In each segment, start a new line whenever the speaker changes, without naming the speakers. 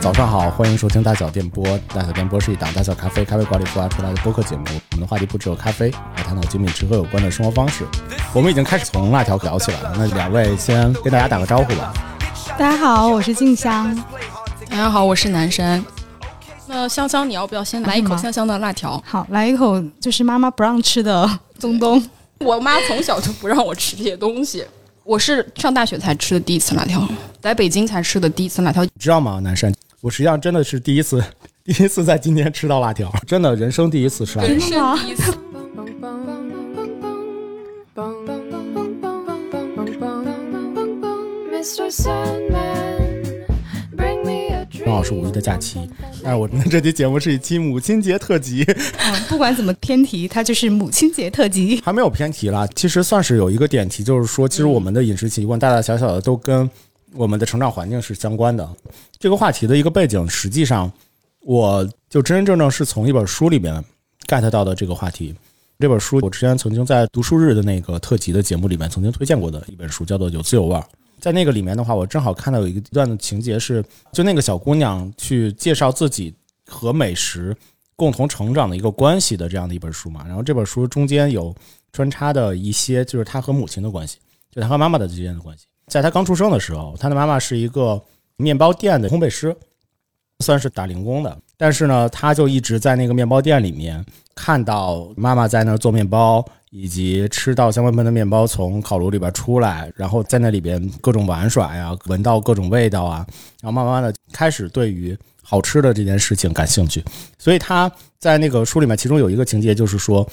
早上好，欢迎收听大小电波。大小电波是一档大小咖啡咖啡馆里孵化出来的播客节目。我们的话题不只有咖啡，还探讨精品吃喝有关的生活方式。我们已经开始从辣条聊起来了，那两位先跟大家打个招呼吧。
大家好，我是静香。
大家好，我是南山。那香香，你要不要先来一口香香的辣条？
好，来一口就是妈妈不让吃的东东。
我妈从小就不让我吃这些东西，我是上大学才吃的第一次辣条，在北京才吃的第一次辣条。
你知道吗，南 山，我实际上真的是第一次，第一次在今天吃到辣条，真的人生第一次吃辣条。
真的吗？
Mr. Sandman, bring me a dream.
正好是五一的假期，但是我们这期节目是一期母亲节特辑，
嗯不管怎么偏题，它就是母亲节特辑。
还没有偏题啦。其实算是有一个点题，就是说，其实我们的饮食习惯大大小小的都跟我们的成长环境是相关的。这个话题的一个背景，实际上我就真真正正是从一本书里面 get 到的这个话题。这本书我之前曾经在读书日的那个特辑的节目里面曾经推荐过的一本书，叫做《有滋有味》。在那个里面的话，我正好看到有一段的情节是，就那个小姑娘去介绍自己和美食共同成长的一个关系的这样的一本书嘛。然后这本书中间有穿插的一些，就是他和母亲的关系，就他和妈妈的之间的关系。在他刚出生的时候，他的妈妈是一个面包店的烘焙师，算是打零工的。但是呢，他就一直在那个面包店里面看到妈妈在那儿做面包，以及吃到香喷喷的面包从烤炉里边出来，然后在那里边各种玩耍呀，闻到各种味道啊，然后慢慢的开始对于好吃的这件事情感兴趣。所以他在那个书里面，其中有一个情节就是说，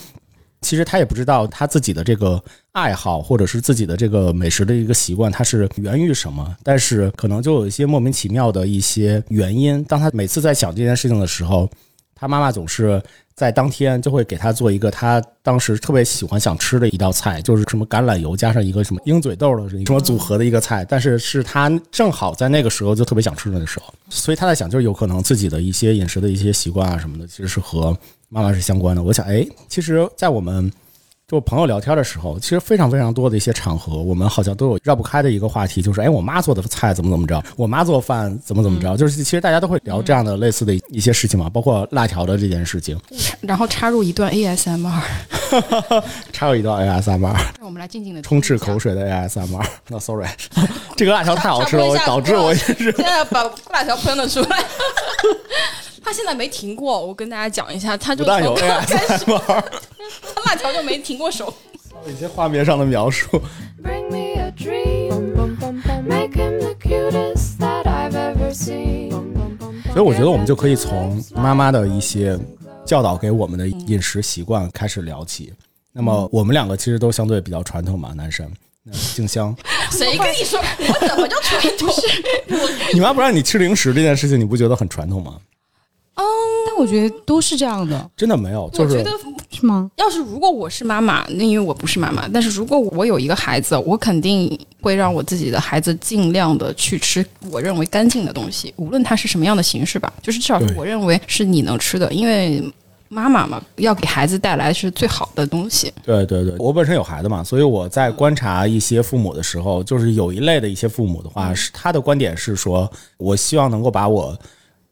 其实他也不知道他自己的这个爱好，或者是自己的这个美食的一个习惯，它是源于什么，但是可能就有一些莫名其妙的一些原因。当他每次在想这件事情的时候，他妈妈总是在当天就会给他做一个他当时特别喜欢想吃的一道菜，就是什么橄榄油加上一个什么鹰嘴豆的什么组合的一个菜，但是是他正好在那个时候就特别想吃那个时候，所以他在想，就是有可能自己的一些饮食的一些习惯啊什么的，其实是和妈妈是相关的。我想，哎，其实，在我们就朋友聊天的时候，其实非常非常多的一些场合，我们好像都有绕不开的一个话题，就是哎，我妈做的菜怎么怎么着，我妈做饭怎么怎么
嗯
着，就是其实大家都会聊这样的类似的一些事情嘛，包括辣条的这件事情。
然后插入一段 ASMR，
插有一段 ASMR，
让我们来静静的
充斥口。水的 ASMR。那 sorry，这个辣条太好吃了，我导致我
是现在把辣条喷了出来。 他现在没停过，我跟大家讲一下，他
不
就
但有
从刚开始，
ASMR，
他辣条就没停过手。
有一些画面上的描述。
Bring me a dream. Make him the cutest that I've ever seen.
所以我觉得我们就可以从妈妈的一些教导给我们的饮食习惯开始聊起。那么我们两个其实都相对比较传统嘛，男生。那静香，
谁跟你说我怎么就传统？
你妈不让你吃零食这件事情，你不觉得很传统吗？
但我觉得都是这样的，
真的没有，
我
就
觉
是
得
是吗？
要是如果我是妈妈，那因为我不是妈妈，但是如果我有一个孩子，我肯定会让我自己的孩子尽量的去吃我认为干净的东西，无论它是什么样的形式吧， 就是至少是
对
我认为是你能吃的，因为妈妈嘛，要给孩子带来是最好的东西。
对对对，我本身有孩子嘛，所以我在观察一些父母的时候，就是有一类的一些父母的话，是他的观点是说，我希望能够把我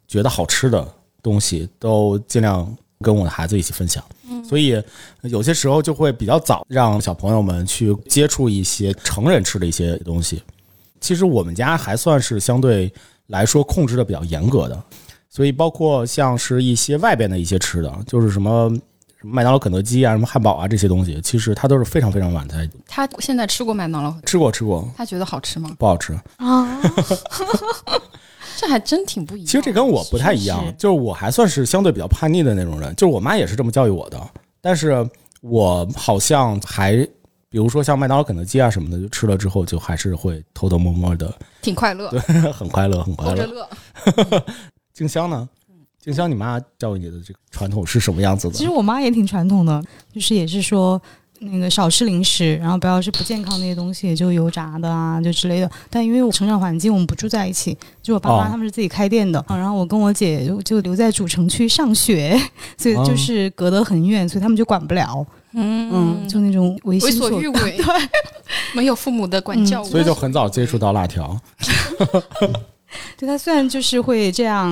觉得好吃的东西都尽量跟我的孩子一起分享。所以有些时候就会比较早让小朋友们去接触一些成人吃的一些东西。其实我们家还算是相对来说控制的比较严格的，所以包括像是一些外边的一些吃的，就是什么什么麦当劳、肯德基啊、什么汉堡啊这些东西，其实它都是非常非常晚才
他现在吃过麦当劳，
吃过吃过，
他觉得好吃吗？
不好吃。
啊，
这还真挺不一样。
其实这跟我不太一样
是，
就是我还算是相对比较叛逆的那种人，就是我妈也是这么教育我的，但是我好像还，比如说像麦当劳、肯德基啊什么的，就吃了之后就还是会偷偷摸摸的，
挺快乐，
很快乐，很快
偷着
乐。
乐。
静香呢？静香，你妈教育你的这个传统是什么样子
其
的
实？我妈也挺传统的，就是也是说那个少吃零食，然后不要吃不健康那些东西，就油炸的啊，就之类的。但因为我成长环境我们不住在一起，就我爸
哦
妈他们是自己开店的，嗯然后我跟我姐就就留在主城区上学，所以就是隔得很远，所以他们就管不了。嗯，
嗯，
就那种为
为
心
所
所
欲 为，没有父母的管
嗯
教，
所以就很早接触到辣条。
对他虽然就是会这样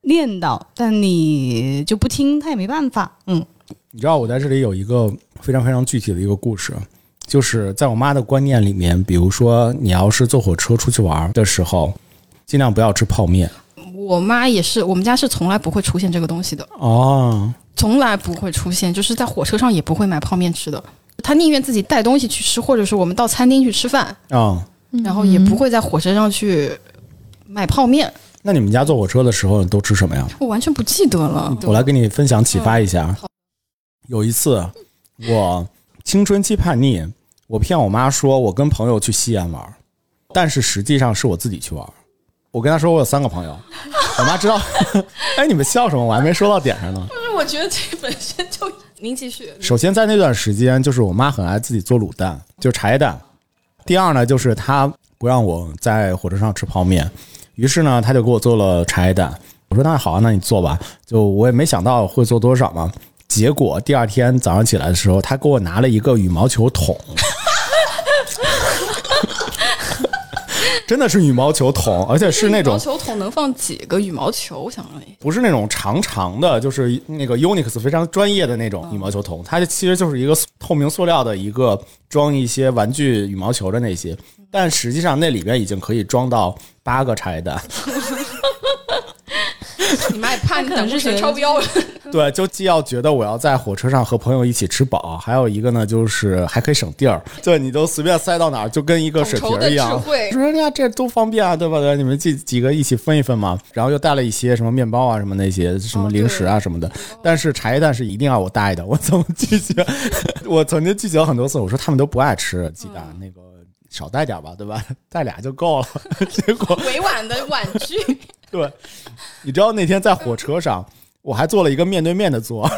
念叨，但你就不听，他也没办法。嗯，
你知道我在这里有一个非常非常具体的一个故事，就是在我妈的观念里面，比如说你要是坐火车出去玩的时候，尽量不要吃泡面
我妈也是，我们家是从来不会出现这个东西的，
哦。
从来不会出现，就是在火车上也不会买泡面吃的。她宁愿自己带东西去吃，或者是我们到餐厅去吃饭，
啊、
嗯然后也不会在火车上去买泡面。
那你们家坐火车的时候都吃什么呀？
我完全不记得了。
嗯
嗯
我来给你分享启发一下。
好
有一次，我青春期叛逆，我骗我妈说我跟朋友去西安玩儿，但是实际上是我自己去玩儿。我跟她说我有三个朋友，我妈知道。 哎，你们笑什么？我还没说到点上呢。
就是我觉得这本身就您继续，
首先在那段时间，就是我妈很爱自己做卤蛋，就是茶叶蛋。第二呢，就是她不让我在火车上吃泡面，于是呢，她就给我做了茶叶蛋。我说那好啊，那你做吧。就我也没想到会做多少嘛。结果第二天早上起来的时候，她给我拿了一个羽毛球桶， 真的是羽毛球桶，而且是那种
羽毛球桶能放几个羽毛球？我想问一下，
不是那种长长的，就是那个 Unix 非常专业的那
嗯
种羽毛球桶，它其实就是一个透明塑料的一个装一些玩具羽毛球的那些，
嗯
但实际上那里边已经可以装到八个茶叶 蛋。
你妈也怕你胆固醇超标 了。
对，就既要觉得我要在火车上和朋友一起吃饱，还有一个呢就是还可以省地儿，对，你都随便塞到哪儿，就跟一个水瓶儿一
统
样
筹的智慧。
说人家这多方便啊，对吧？对吧，你们几几个一起分一分嘛。然后又带了一些什么面包啊，什么那些什么零食啊什么的。但是茶叶蛋是一定要我带的，我怎么拒绝？ 我曾经拒绝了很多次，我说他们都不爱吃鸡蛋，那个少带点吧，对吧？ 带俩就够了。结果
委婉的婉拒，
对，你知道那天在火车上，我还坐了一个面对面的 座，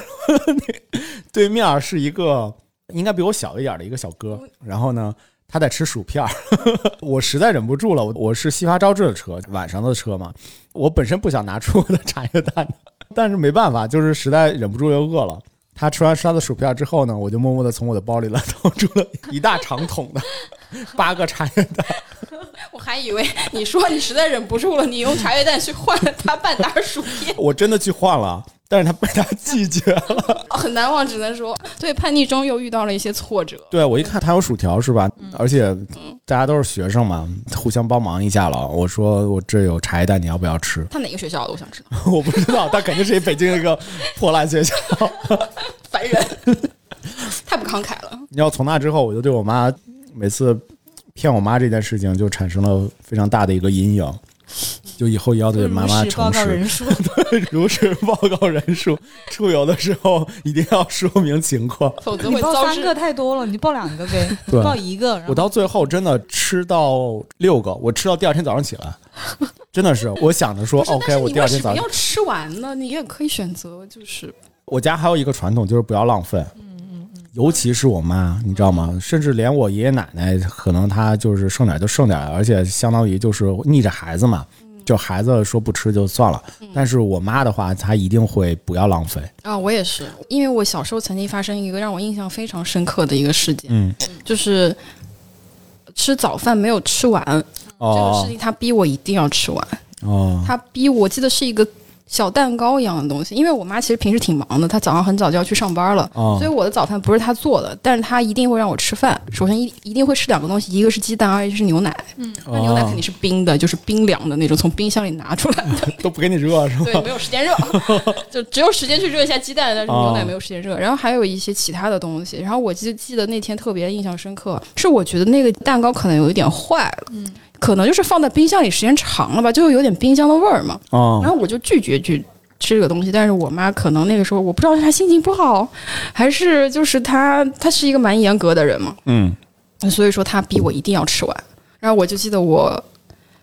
对面是一个应该比我小一点的一个小哥，然后呢，他在吃薯片儿， 我实在忍不住了，我我是西发招致的车，晚上的车嘛，我本身不想拿出我的茶叶蛋的， 但是没办法，就是实在忍不住又饿了。他吃完他的薯片之后呢，我就默默的从我的包里 了掏出了一大长桶的八个茶叶蛋。
我还以为你说你实在忍不住了，你用茶叶蛋去换他半打薯片，
我真的去换了，但是他被他拒绝了。
很难忘，只能说对叛逆中又遇到了一些挫折。？
对，啊我一看他有薯条是吧？而且大家都是学生嘛，互相帮忙一下了。我说我这有茶叶蛋，你要不要吃
他哪个学校的？啊我想知道。
我不知道，但肯定是一北京一个破烂学校。
烦人， 太不慷慨了。
你知道，从那之后，我就对我妈每次骗我妈这件事情就产生了非常大的一个阴影，就以后也要对妈妈
如实报
诚
告
实，
人数，
嗯 如实报告人数，出游的时候一定要说明情况。
否则
你
会
报
遭
三
致
个太多了，你报两个呗，
对
报一个，然
我
后
到最后真的吃到六个，我吃到第二天早上起 来，真的是我想着说
不是
哦，OK，
但是
我
你
第
为
二
什
天
么
早上
要吃完呢？你也可以选择，就是
我家还有一个传统就是不要浪费，
嗯
尤其是我妈，你知道吗？甚至连我爷爷奶奶，可能她就是剩点儿就剩点儿，而且相当于就是逆着孩子嘛，
嗯
就孩子说不吃就算了，但是我妈的话，她一定会不要浪费，
啊，我也是，因为我小时候曾经发生一个让我印象非常深刻的一个事件，
嗯，
就是吃早饭没有吃完、嗯这个
哦
事情，他逼我一定要吃完，
哦，
他逼我，我记得是一个。小蛋糕一样的东西，因为我妈其实平时挺忙的，她早上很早就要去上班了，
哦
所以我的早饭不是她做的，但是她一定会让我吃饭。首先一一定会吃两个东西，一个是鸡蛋，二一个是牛奶。那牛奶肯定是冰的，就是冰凉的那种，从冰箱里拿出来的，
都不给你热是吧？
对，没有时间热，就只有时间去热一下鸡蛋，但是牛奶没有时间热。然后还有一些其他的东西，然后我记记得那天特别印象深刻，是我觉得那个蛋糕可能有一点坏了，可能就是放在冰箱里时间长了吧，就有点冰箱的味儿嘛。然
哦
后我就拒绝去吃这个东西，但是我妈可能那个时候我不知道是她心情不好，还是就是她她是一个蛮严格的人嘛，
嗯
所以说他逼我一定要吃完。然后我就记得我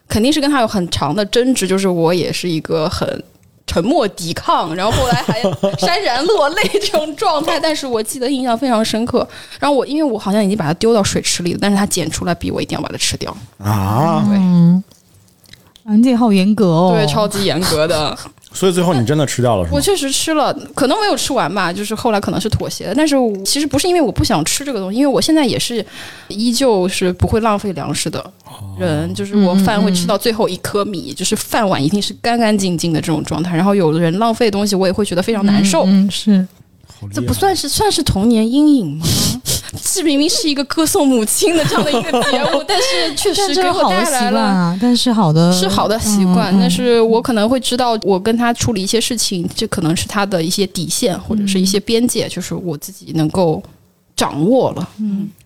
肯定是跟他有很长的争执，就是我也是一个很沉默抵抗，然后后来还潸然落泪这种状态。但是我记得印象非常深刻。然后我因为我好像已经把它丢到水池里了，但是他捡出来逼我一定要把它吃掉，
啊，
对
嗯，安姐好严格哦，
对，超级严格的。
所以最后你真的吃掉了是吗
我？确实吃了，可能没有吃完吧，就是后来可能是妥协的。但是我其实不是因为我不想吃这个东西，因为我现在也是依旧是不会浪费粮食的人，就是我
嗯
饭会吃到最后一颗米，就是饭碗一定是干干净净的这种状态。然后有的人浪费东西，我也会觉得非常难受。
嗯，嗯是
好厉害
这不算是算是童年阴 影吗？这明明是一个歌颂母亲的这样的一个节 目，但是确
但
实
这
给
是
我
好的
带
习
来
惯
了。
啊，但是好的
是好的习惯，
嗯嗯
但是我可能会知道，我跟他处理一些事情，这可能是他的一些底线或者是一些边界，就是我自己能够掌握了。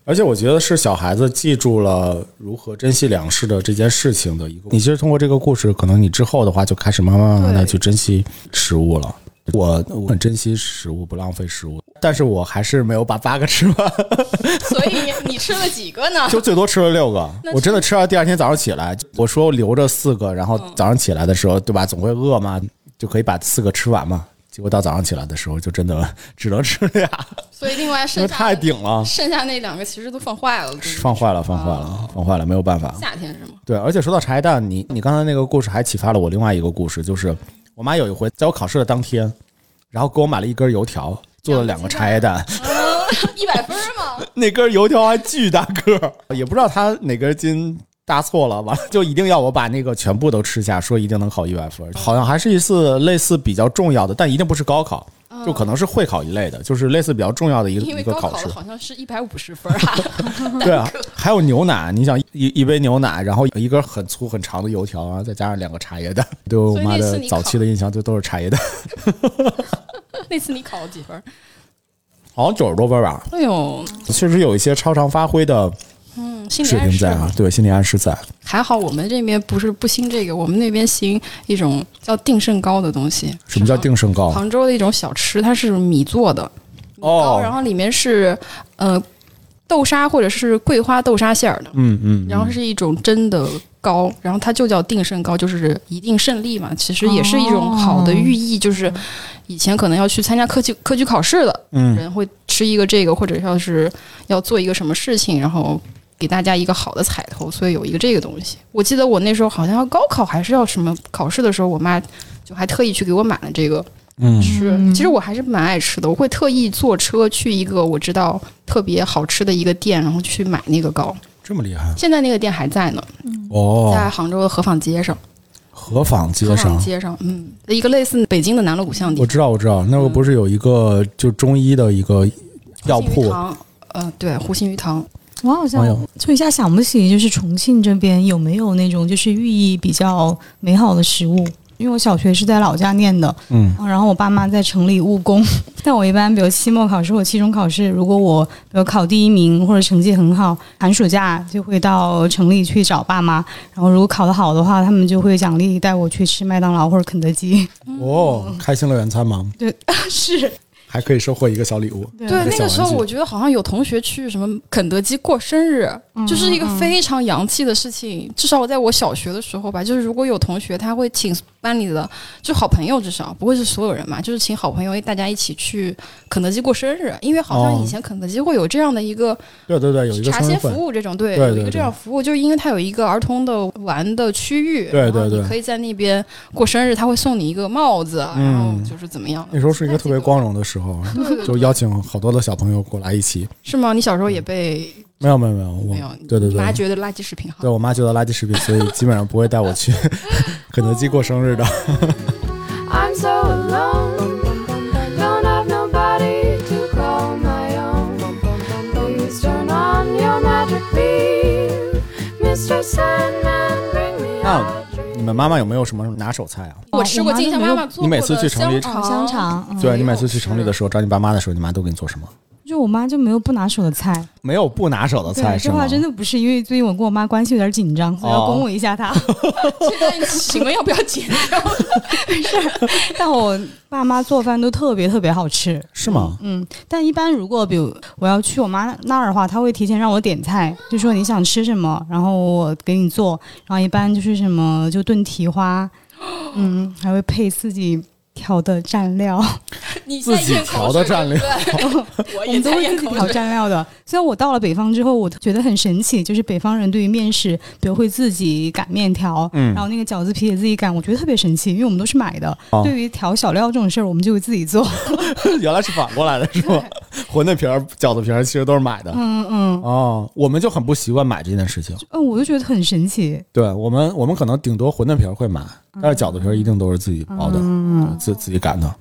而且我觉得是小孩子记住了如何珍惜粮食的这件事情的一个。你其实通过这个故事，可能你之后的话就开始慢慢慢慢的
对
去珍惜食物了。我我很珍惜食物，不浪费食物，但是我还是没有把八个吃完，
所以你吃了几个呢？
就最多吃了六个。我真的吃到第二天早上起来，我说我留着四个，然后早上起来的时候，对吧？总会饿嘛，就可以把四个吃完嘛。结果到早上起来的时候，就真的 只能吃俩，
所以另外
因为
剩下
太顶了，
剩下那两个其实都放坏了，就是
放坏了，放坏了，放坏了，没有办法。
夏天是 吗？
对，而且说到茶叶蛋，你你刚才那个故事还启发了我另外一个故事，就是我妈有一回在我考试的当天，然后给我买了一根油条，做了两个茶叶蛋，
哦一百分吗？
那根油条还巨大个儿，也不知道她哪根筋搭错了，完了就一定要我把那个全部都吃下，说一定能考一百分，好像还是一次类似比较重要的，但一定不是高考，就可能是会考一类的，就是类似比较重要的一个
嗯因为
一个
高
考
考
试
的。好像是一百五十分啊，
对啊，还有牛奶，你想一一一杯牛奶，然后一根很粗很长的油条，然后再加上两个茶叶蛋， 对我
所以
妈
那次
的
你
早
烤
期的印象就都是茶叶蛋，
那次你考了几分？
好像九十多分吧，
哎呦，
确实有一些超常发挥的
嗯，心理
水
暗
平
示
在
嘛
啊，对，心理暗示在。
还好我们这边不是不兴这个，我们那边兴一种叫定胜糕的东西。
什么叫定胜高？
杭州的一种小吃，它是米做的糕，
哦
然
哦，
后里面是呃豆沙或者是桂花豆沙馅儿的，
嗯嗯，
然后是一种蒸的糕，然后它就叫定胜糕，就是一定胜利嘛。其实也是一种好的寓意，
哦
就是以前可能要去参加科举科举考试的
嗯，
人会吃一个这个，或者要是要做一个什么事情，然后。给大家一个好的彩头，所以有一个这个东西。我记得我那时候好像要高考还是要什么考试的时候，我妈就还特意去给我买了这个
嗯
吃。
嗯
其实我还是蛮爱吃的，我会特意坐车去一个我知道特别好吃的一个店，然后去买那个糕。
这么厉害
现在那个店还在呢，在
哦，
杭州的河坊街上。
河坊街
河坊
上。
街上，嗯，一个类似北京的南锣鼓巷
我
店，
知道，我知道，那个不是有一个就中医的一个药
胡心鱼
铺，
堂。呃，对，湖心鱼堂，
我好
哎
像
呦
就一下想不起，就是重庆这边有没有那种就是寓意比较美好的食物？因为我小学是在老家念的，
嗯，
然后我爸妈在城里务工， 但我一般比如期末考试或期中考试，如果我比如考第一名或者成绩很好，寒暑假就会到城里去找爸妈，然后如果考得好的话，他们就会奖励带我去吃麦当劳或者肯德基。
哦，开心乐园餐吗？
是，
还可以收获一个小礼物，
对，那个时
小
候
玩具
我觉得好像有同学去什么肯德基过生日，
嗯
就是一
嗯
个非常洋气的事情。至少我在我小学的时候吧，就是如果有同学他会请班里的就好朋友，至少不会是所有人嘛，就是请好朋友大家一起去肯德基过生日，因为好像
哦
以前肯德基会有这样的一个
对对对，有一个
茶
生日
歇
会，
服务这种，对，
对
有
对
一
对
个这样服务，就是因为它有一个儿童的玩的区域，
对
然后
对对
你可以在那边过生日，他会送你一个帽子，然后
嗯
就是怎么样的
那时候是一个特别光荣的时候， 就邀请好多的小朋友过来一起。
是吗？你小时候也被
没有没有没有，我
没有？
对对
你妈
对，
觉得垃圾食品好
对。我妈觉得垃圾食品，所以基本上不会带我去肯德基过生日的。
I'm so alone. Don't have nobody to call my own. Please turn on your magic beam, Mr. Sandman. Bring me
那
out.
你们妈妈有没有什么拿手菜啊？
我吃过
哦我妈
静
就
香
没有
妈妈做
你每
过
次
的
去城里
炒香肠，嗯、
对你每次去城里 的时候找你爸妈的时候，你妈都给你做什么？
就我妈就没有不拿手的菜。
没有不拿手的菜
对，
是
这
吗
话？真的不是因为最近我跟我妈关系有点紧张，所以要
哦
拱我一下她。
现在请问要不要 剪？
但我爸妈做饭都特别特别好吃，
是吗？
嗯，但一般如果比如我要去我妈那儿的话，她会提前让我点菜，就说你想吃什么，然后我给你做，然后一般就是什么就炖蹄花，嗯，还会配自己调的蘸料，
你
自己调的战略，
对 我
我
也
们都
在
会
咽
自己
口
调
水。
蘸料的。虽然我到了北方之后，我觉得很神奇，就是北方人对于面食，比如会自己擀面条，
嗯
然后那个饺子皮也自己擀，我觉得特别神奇，因为我们都是买的。
哦
对于调小料这种事儿，我们就会自己做。
原来是反过来的是吧？ 馄饨皮儿、饺子皮儿其实都是买的。
嗯嗯，
哦，我们就很不习惯买这件事情。
嗯，我就觉得很神奇。
对我们，我们可能顶多馄饨皮儿会买，
嗯
但是饺子皮儿一定都是自己包的，对自自己擀的。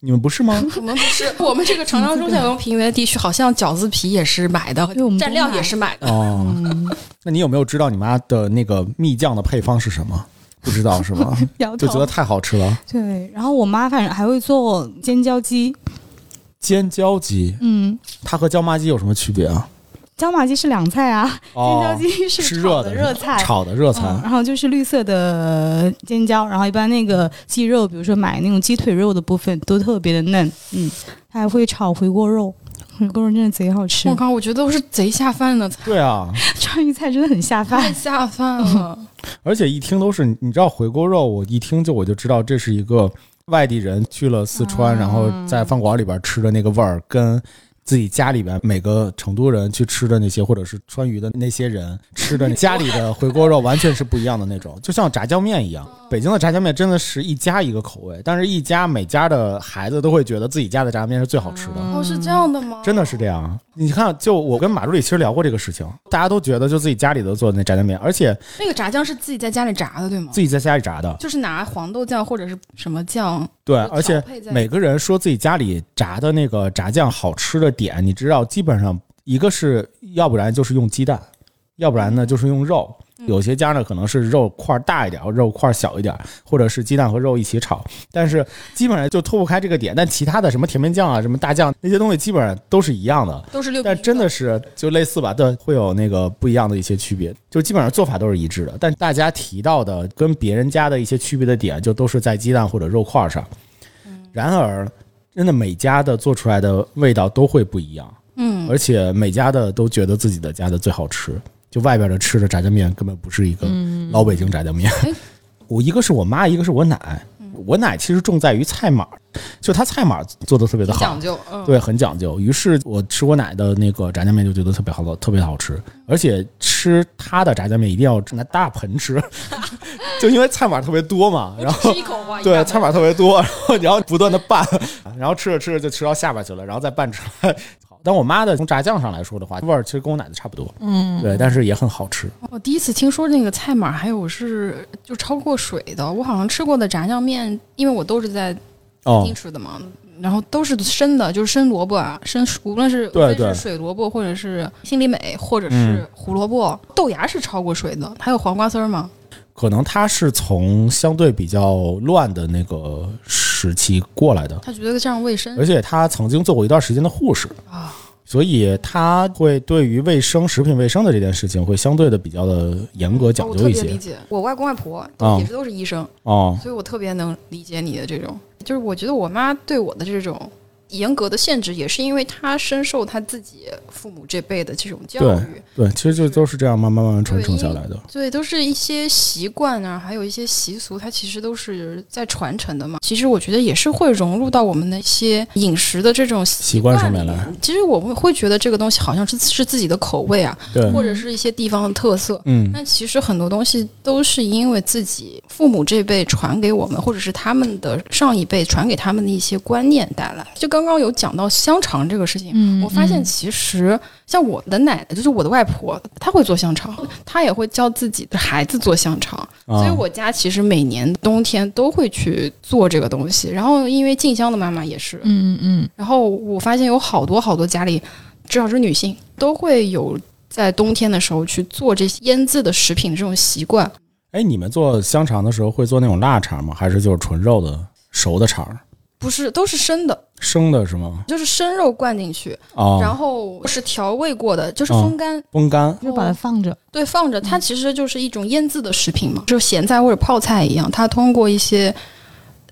你们不是 吗？
我们不是，我们这个长江中下游平原地区，好像饺子皮也是买的，
对我们都
蘸料
买
也是买的。
哦，
嗯
那你有没有知道你妈的那个蜜酱的配方是什么？不知道是吗？
摇
就觉得
头。
太好吃 了，
对，然后我妈反正还会做尖椒鸡，
尖椒鸡，
嗯，
它和椒麻鸡有什么区别啊？
椒麻鸡是凉菜啊，
哦
尖椒鸡
吃
炒
的
的
是
热
吧
菜。
炒的热菜。
嗯，然后就是绿色的尖椒，然后一般那个鸡肉，比如说买那种鸡腿肉的部分都特别的嫩，嗯，它还会炒回锅肉，回锅肉真的贼好吃
我，靠，我觉得都是贼下 饭的，
对啊，
川渝菜真的很下
太
饭，
下饭了。
而且一听都是，你知道回锅肉，我一听就我就知道这是一个外地人去了四川，然后在饭馆里边吃的那个味儿，跟自己家里边每个成都人去吃的那些，或者是川渝的那些人吃的家里的回锅肉，完全是不一样的那种，就像炸酱面一样。北京的炸酱面真的是一家一个口味，但是一家每家的孩子都会觉得自己家的炸酱面是最好吃的。
嗯
哦，是这样的吗？
真的是这样，你看，就我跟马助理其实聊过这个事情，大家都觉得就自己家里头做的那炸酱面，而且
那个炸酱是自己在家里炸的，对吗？
自己在家里炸的，
就是拿黄豆酱或者是什么酱，
对，
就
而且
调配在
每个人说自己家里炸的那个炸酱好吃的点，你知道，基本上一个是要不然就是用鸡蛋，要不然
嗯
呢就是用肉。有些家呢可能是肉块大一点，肉块小一点，或者是鸡蛋和肉一起炒，但是基本上就脱不开这个点。但其他的什么甜面酱啊、什么大酱那些东西，基本上都是一样的。
都是六。
但真的，是就类似吧，但会有那个不一样的一些区别，就基本上做法都是一致的，但大家提到的跟别人家的一些区别的点，就都是在鸡蛋或者肉块上。
嗯
然而，真的每家的做出来的味道都会不一样，
嗯，
而且每家的都觉得自己的家的最好吃，就外边的吃的炸酱面根本不是一个老北京炸酱面。
嗯哎嗯
我一个是我妈，一个是我奶，我奶其实重在于菜码，就她菜码做的特别的
挺
好
讲，究，嗯，
对，很讲究。于是我吃我奶的那个炸酱面就觉得特别好了，特别好吃，而且吃她的炸酱面一定要拿大盆吃， 就因为菜码特别多嘛。然后
吃一口吧。一
对
大
菜
口
码特别多，然后你要不断的拌，然后吃着吃着就吃到下边去了，然后再拌出来。 好但我妈的从炸酱上来说的话，味儿其实跟我奶的差不多，嗯，对，但是也很好吃。
我哦第一次听说那个菜码还有是就超过水的，我好像吃过的炸酱面，因为我都是在
哦
厅，吃的嘛，然后都是生的，就是生萝卜啊，生无论是
对
无
对嗯
论是水萝卜，或者是心里美，或者是胡萝卜，豆芽是超过水的，还有黄瓜丝儿吗？
可能她是从相对比较乱的那个时期过来的，
他觉得这样卫生
而且她曾经做过一段时间的护士，
嗯啊，
所以他会对于卫生、食品卫生的这件事情会相对的比较的严格讲
哦我
究
特
一
别理
些
解。我外公外婆
啊
也是都是医生，
哦。
所以我特别能理解你的这种，就是我觉得我妈对我的这种严格的限制，也是因为她深受她自己父母这辈的这种教
对
育。
对，其实就都是这样慢慢慢慢传承下来的。
对，都是一些习惯啊，还有一些习俗，它其实都是在传承的嘛。其实我觉得也是会融入到我们的一些饮食的这种习
习惯上
里
面来
面其实我们会觉得这个东西好像是是自己的口味啊，
对，
或者是一些地方的特色。
嗯，
但其实很多东西都是因为自己父母这辈传给我们，或者是他们的上一辈传给他们的一些观念带来。就刚刚有讲到香肠这个事情，
嗯
我发现其实像我的奶奶，就是我的外婆，她会做香肠，她也会教自己的孩子做香肠。
啊
嗯所以我家其实每年冬天都会去做这个东西。然后因为静香的妈妈也是，
嗯嗯，
然后我发现有好多好多家里，至少是女性都会有在冬天的时候去做这些腌制的食品这种习惯。
哎，你们做香肠的时候会做那种腊肠吗？还是就是纯肉的熟的肠儿？
不是，都是生的，
生的是吗？
就是生肉灌进去，然
哦，
后是调味过的，就是风干，
风干
就把它放着，
对，放着它其实就是一种腌制的食品嘛，就是咸菜或者泡菜一样，它通过一些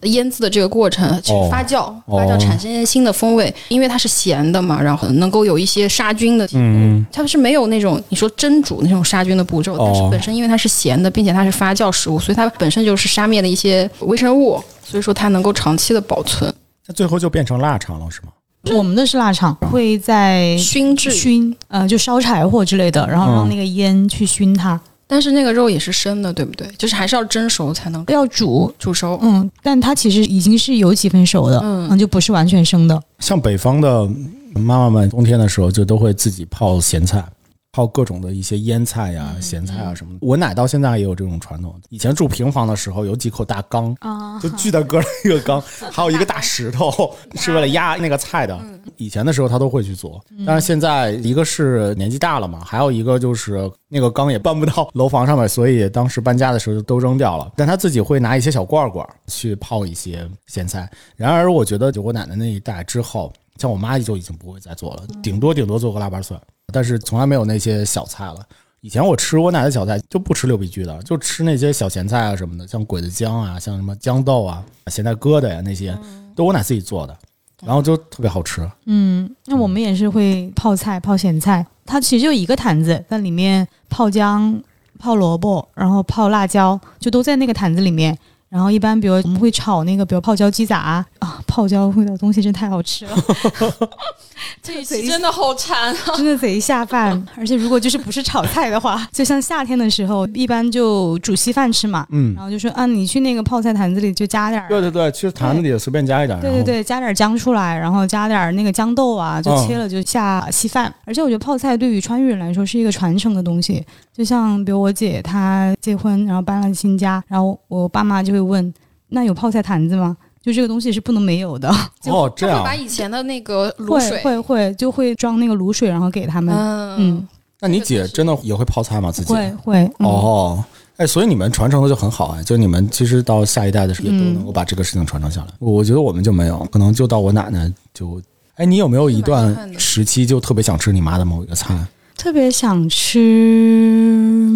腌制的这个过程去
哦
发酵，
哦
发酵产生一些新的风味，因为它是咸的嘛，然后能够有一些杀菌的。
嗯，
它是没有那种你说蒸煮那种杀菌的步骤，
哦
但是本身因为它是咸的，并且它是发酵食物，所以它本身就是杀灭的一些微生物，所以说它能够长期的保存。
那最后就变成腊肠了，是吗？
我们的是腊肠，会在
熏制，
熏，呃，就烧柴火之类的，然后
嗯
让那个烟去熏它，
但是那个肉也是生的，对不对？就是还是要蒸熟才能
要煮。
煮熟。
嗯，但它其实已经是有几分熟的，
嗯
嗯，就不是完全生的。
像北方的妈妈们，冬天的时候就都会自己泡咸菜，泡各种的一些腌菜呀、咸菜啊什么的。我奶到现在也有这种传统。以前住平房的时候，有几口大缸，
啊
就巨大个儿的一个缸，还有一个大石头，是为了压那个菜的。以前的时候他都会去做，但是现在一个是年纪大了嘛，还有一个就是那个缸也搬不到 楼房上面，所以当时搬家的时候就都扔掉了。但他自己会拿一些小罐罐去泡一些咸菜。然而，我觉得就我奶奶那一代之后，像我妈就已经不会再做了，顶多顶多做个腊八蒜，但是从来没有那些小菜了。以前我吃我奶奶小菜就不吃六必居的，就吃那些小咸菜啊什么的，像鬼子姜啊，像什么豇豆啊、咸菜疙瘩呀、那些，都我奶自己做的，然后就特别好吃。
嗯，那我们也是会泡菜、泡咸菜，它其实就一个坛子，在里面泡姜、泡萝卜，然后泡辣椒，就都在那个坛子里面。然后一般，比如我们会炒那个，比如泡椒鸡杂啊，泡椒味道东西真太好吃了，
这一
期
真的好馋，啊
真的贼下饭。而且如果就是不是炒菜的话，就像夏天的时候，一般就煮稀饭吃嘛，
嗯
然，后就说啊，你去那个泡菜坛子里就加点儿
对对对，其实坛子里随便加一点，
对对对，加点姜出来，然后加点那个豇豆啊，就
嗯
切了就下稀饭。而且我觉得泡菜对于川渝人来说是一个传承的东西，就像比如我姐她结婚，然后搬了新家，然后我爸妈就会问，那有泡菜坛子吗？就这个东西是不能没有的，
然后哦这
他会
样
把。以前的那个 卤
会
水，
会会就会装那个卤水，然后给他们，
嗯，
那你姐真的也会泡菜吗？自己
会会、嗯、
哦。哎，所以你们传承的就很好啊，就你们其实到下一代的时候也都能够把这个事情传承下来。我觉得我们就没有，可能就到我奶奶就。哎，你有没有一
是蛮遗憾
段
的
时期就特别想吃你妈的某一个菜？
特别想吃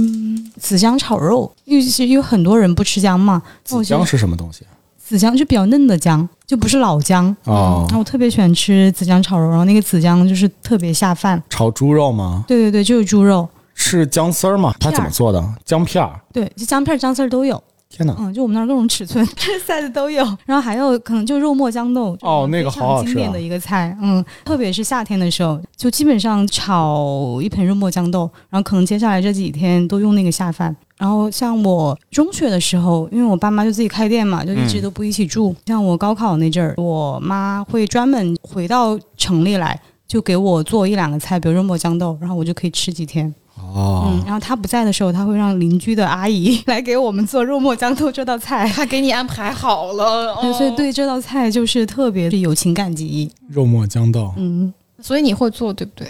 紫姜炒肉，因为其实有很多人不吃姜嘛，那
紫
我觉得
姜是什么东西？
紫姜就比较嫩的姜，就不是老姜。
哦
然后我特别喜欢吃紫姜炒肉，然后那个紫姜就是特别下饭。
炒猪肉吗？
对对对，就是猪肉，
是姜丝儿吗？它怎么做的？姜片儿。
对，就姜片儿、姜丝儿都有。
天哪！
嗯，就我们那儿各种尺寸、 这 size 都有。然后还有可能就肉末豇豆，
哦那个
非
好
常
好
经
吃啊
典的一个菜。嗯，特别是夏天的时候，就基本上炒一盆肉末豇豆，然后可能接下来这几天都用那个下饭。然后像我中学的时候，因为我爸妈就自己开店嘛，就一
嗯
直都不一起住。像我高考那阵儿，我妈会专门回到城里来，就给我做一两个菜，比如肉末豇豆，然后我就可以吃几天。嗯
哦，，
然后他不在的时候，他会让邻居的阿姨 来给我们做肉末豇豆这道菜。
他给你安排好了，哦
对，所以对这道菜就是特别有情感记忆。
肉末姜豆。
嗯，
所以你会做对不对？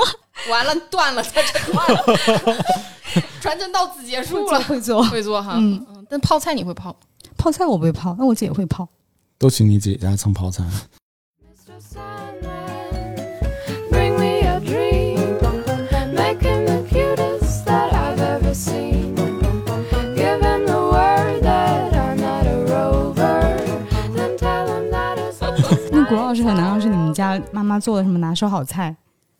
完了，断了，在这断了， 传真到此结束了。
会做
会做哈，
嗯
嗯，但泡菜你会泡？
泡菜，我不会泡，那我姐会泡。
都去你姐家蹭泡菜。
Mr. Sandman, bring me a dream. Make him the cutest that I've ever seen. Give him the word that I'm not a rover. Then tell him that it's almost
那古老师和
nighttime.
南老师，你们家妈妈做的什么拿手好菜？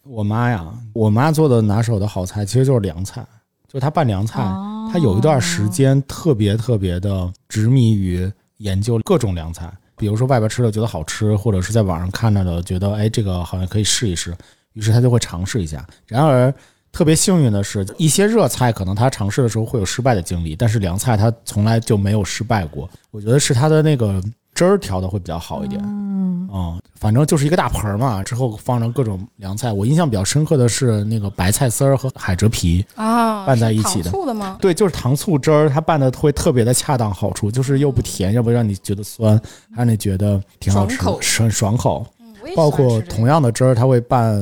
我妈呀，我妈做的拿手的好菜其实就是凉菜，就是她拌凉菜。
哦
她有一段时间特别特别的执迷于研究各种凉菜，比如说外边吃的觉得好吃，或者是在网上看着的觉得哎这个好像可以试一试，于是她就会尝试一下。然而特别幸运的是，一些热菜可能她尝试的时候会有失败的经历，但是凉菜她从来就没有失败过。我觉得是她的那个汁儿调的会比较好一点。
嗯，
嗯，反正就是一个大盆儿嘛，之后放上各种凉菜。我印象比较深刻的是那个白菜丝儿和海蜇皮，
啊，
拌在一起的
是糖醋的吗？
对，就是糖醋汁儿，它拌的会特别的恰当好处，就是又不甜，又不让你觉得酸，让你觉得挺好吃，
爽口
很爽口。
嗯我也喜
包
欢吃这个
括同样的汁儿，它会拌，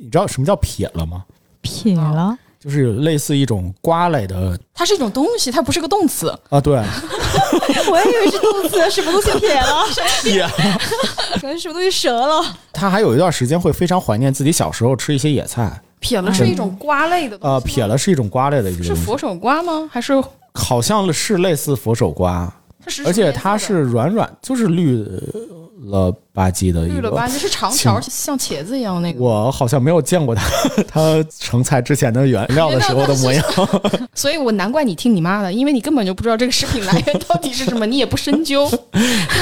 你知道什么叫撇了吗？
撇
哦
了，
就是有类似一种瓜类的
它是一种东西，它不是个动词。
啊，对，
我也以为是肚子，什么东西撇了，
撇
可能什么东西折了。
他还有一段时间会非常怀念自己小时候吃一些野菜，
撇了
嗯
是一种瓜类的东西
呃，
吗
撇了是一种瓜类的一个
是
东西，
佛手瓜吗？还是
好像是类似佛手瓜，
它实时
而且
变色
它
的
是软软，就是绿了吧唧的一
绿了
个
吧，。就是长条，像茄子一样那个。
我好像没有见过它， 它成菜之前的原料的时候的 模样。
所以我难怪你听你妈的，因为你根本就不知道这个食品来源到底是什么，你也不深 究，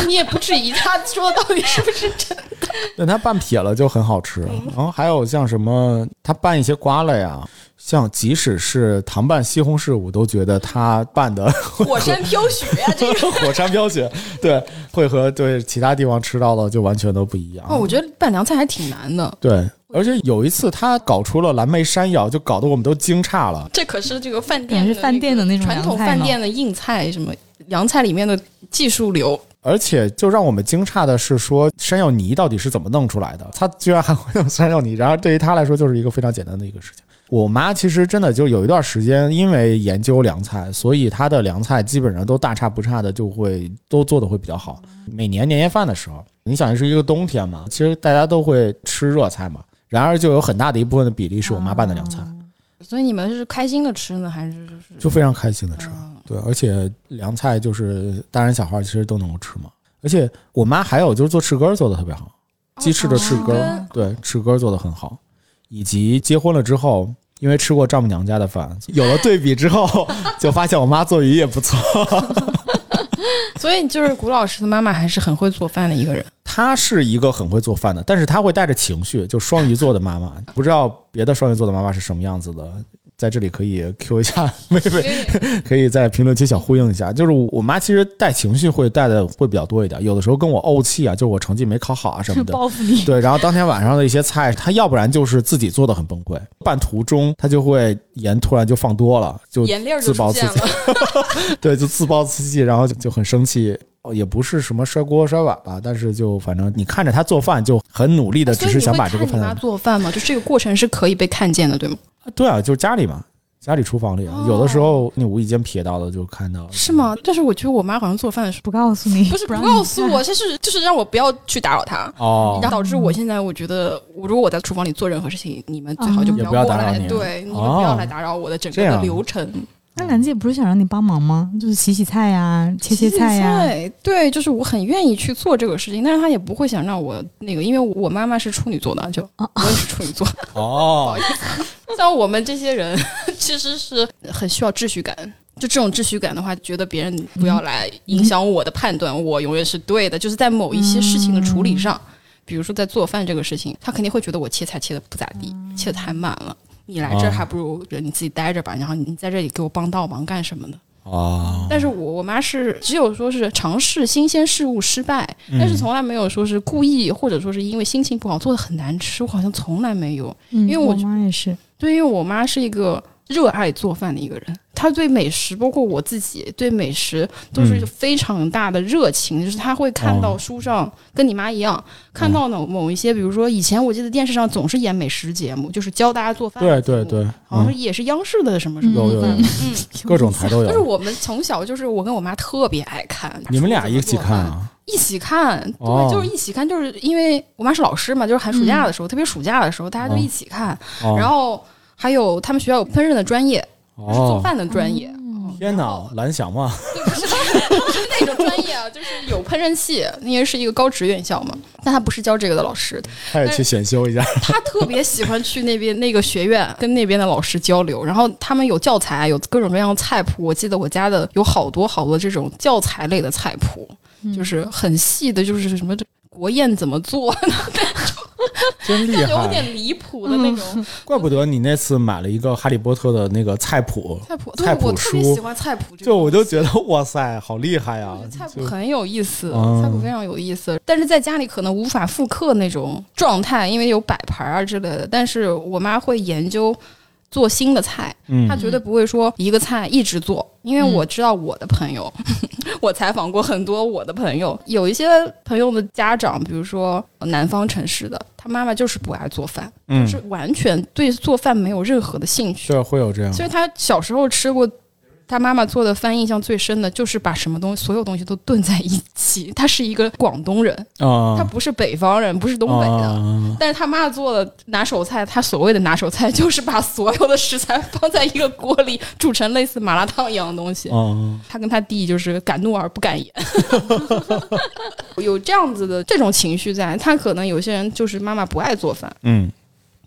你也不质疑他说的到底是不是真。
但它拌撇了就很好吃。
嗯
然后还有像什么，它拌一些瓜类啊，像即使是糖拌西红柿，我都觉得它拌的
火山飘雪啊，这个。
火山飘雪，对，会和对其他地方吃到的就完全都不一样。
哦，我觉得拌凉菜还挺难的，
对，而且有一次他搞出了蓝莓山药，就搞得我们都惊诧了。
这可嗯是这个饭
店的那个饭店的那种
传统
凉菜
饭
吗
店的硬菜，什么凉菜里面的技术流。
而且就让我们惊诧的是，说山药泥到底是怎么弄出来的？他居然还会用山药泥，然而对于他来说就是一个非常简单的一个事情。我妈其实真的就有一段时间，因为研究凉菜，所以她的凉菜基本上都大差不差的，就会都做的会比较好。每年年夜饭的时候，你想是一个冬天嘛，其实大家都会吃热菜嘛，然而就有很大的一部分的比例是我妈拌的凉菜，
哦
所以你们是开心的吃呢，还是就是
就非常开心的吃。
嗯
对，而且凉菜就是大人小孩其实都能够吃嘛。而且我妈还有就是做翅根儿做的特别好，鸡翅的哦翅根儿，
哦
对，翅根儿做的很好。以及结婚了之后，因为吃过丈母娘家的饭，有了对比之后， 就发现我妈做鱼也不错。
所以就是古老师的妈妈还是很会做饭的一个人。
她是一个很会做饭的，但是她会带着情绪，就双鱼座的妈妈，不知道别的双鱼座的妈妈是什么样子的。在这里可以 Q 一下 妹妹， 可以在评论区小呼应一下。就是我妈其实带情绪会带的会比较多一点，有的时候跟我怄气啊，就是我成绩没考好啊 什么的。
报复你。
对，然后当天晚上的一些菜，她要不然就是自己做的很崩溃，半途中她就会盐突然就放多了，就
盐粒儿就
自暴
出
自
现
弃，
了，
对，就自暴自弃，然后就就很生气。哦也不是什么摔锅摔碗吧，但是就反正你看着她做饭就很努力的， 只是想把这个
啊所以你会
饭
看你妈做饭吗？就这个过程是可以被看见的，对吗？
对啊，就是家里嘛，家里厨房里啊，有的时候你无意间瞥到的就看到了
哦是吗？但是我觉得我妈好像做饭的时
不告诉你，
候，不是不
让你
告诉
看
我，就是就是让我不要去打扰她。
哦，
然后导致我现在我觉得，我如果我在厨房里做任何事情，你们最好就
也不
要
要
过
打扰
来，
你
对，你们
哦
不要来打扰我的整个
这
的
样
流程。
那兰姐不是想让你帮忙吗？就是洗洗菜呀、切切菜呀、
对对，就是我很愿意去做这个事情，但是她也不会想让我那个，因为我妈妈是处女座的，就
哦
我也是处女座。
哦，
像我们这些人， 其实是很需要秩序感。就这种秩序感的话，觉得别人不要来影响我的判断，我永远是对的。就是在某一些事情的处理上，
嗯
比如说在做饭这个事情，他肯定会觉得我切菜切的不咋地，
嗯
切的太慢了。你来这
哦
儿还不如你自己待着吧，然后你在这里给我帮倒忙干什么呢？
哦，
但是我我妈是只有说是尝试新鲜事物失败，但
嗯
是从来没有说是故意或者说是因为心情不好做的很难吃，我好像从来没有。
嗯，
因为
我
我
妈也是，
对，因为我妈是一个热爱做饭的一个人，她对美食，包括我自己对美食都是
嗯
非常大的热情，就是她会看到
哦嗯
书上、跟你妈一样，看到呢某一些，比如说以前我记得电视上总是演美食节目，就是教大家做饭，
对对，对，
好像
嗯
是也是央视的什么什么。
有有有
嗯
嗯，
各种台都
就是
有。
我们从小就是我跟我妈特别爱看，
啊你们俩一起看啊？
一起看，对，
哦
就是一起看，就是因为我妈是老师嘛，就是寒暑假的时候，特别暑假的时候，大家都
哦
一起看，
哦
然后还有他们学校有烹饪的专业，是做
哦，
饭的专业。
天哪，蓝翔嘛，
对，不是不是那种专业啊，就是有烹饪系，因为是一个高职院校嘛，但他不是教这个的老师，
他也去选修一下。
他特别喜欢去那边那个学院跟那边的老师交流，然后他们有教材，有各种各样的菜谱。我记得我家的有好多好多这种教材类的菜谱，就是很细的，就是什么国宴怎么做，
真厉
感觉有
害！
点离谱的那种
怪不得你那次买了一个《哈利波特》的那个菜谱，
菜谱。对
菜，
我
谱
特别喜
书，
欢菜谱这个
就我就觉得哇塞，好厉害啊呀！
菜谱
就
很有意思，
嗯
菜谱非常有意思，但是在家里可能无法复刻那种状态，因为有摆盘啊之类的。但是我妈会研究做新的菜，
嗯
她绝对不会说一个菜一直做，因为我知道我的朋友， 我采访过很多我的朋友，有一些朋友的家长，比如说南方城市的，他妈妈就是不爱做饭，
嗯，
是完全对做饭没有任何的兴趣。
对，会有这样
所以他小时候吃过他妈妈做的饭印象最深的就是把什么东西，所有东西都炖在一起。他是一个广东人，
啊，
他不是北方人，不是东北的。
啊
但是他妈做的拿手菜，他所谓的拿手菜就是把所有的食材放在一个锅里煮成类似麻辣烫一样的东西。
啊
他跟他弟就是敢怒而不敢言， 有这样子的这种情绪在。他可能有些人就是妈妈不爱做饭，
嗯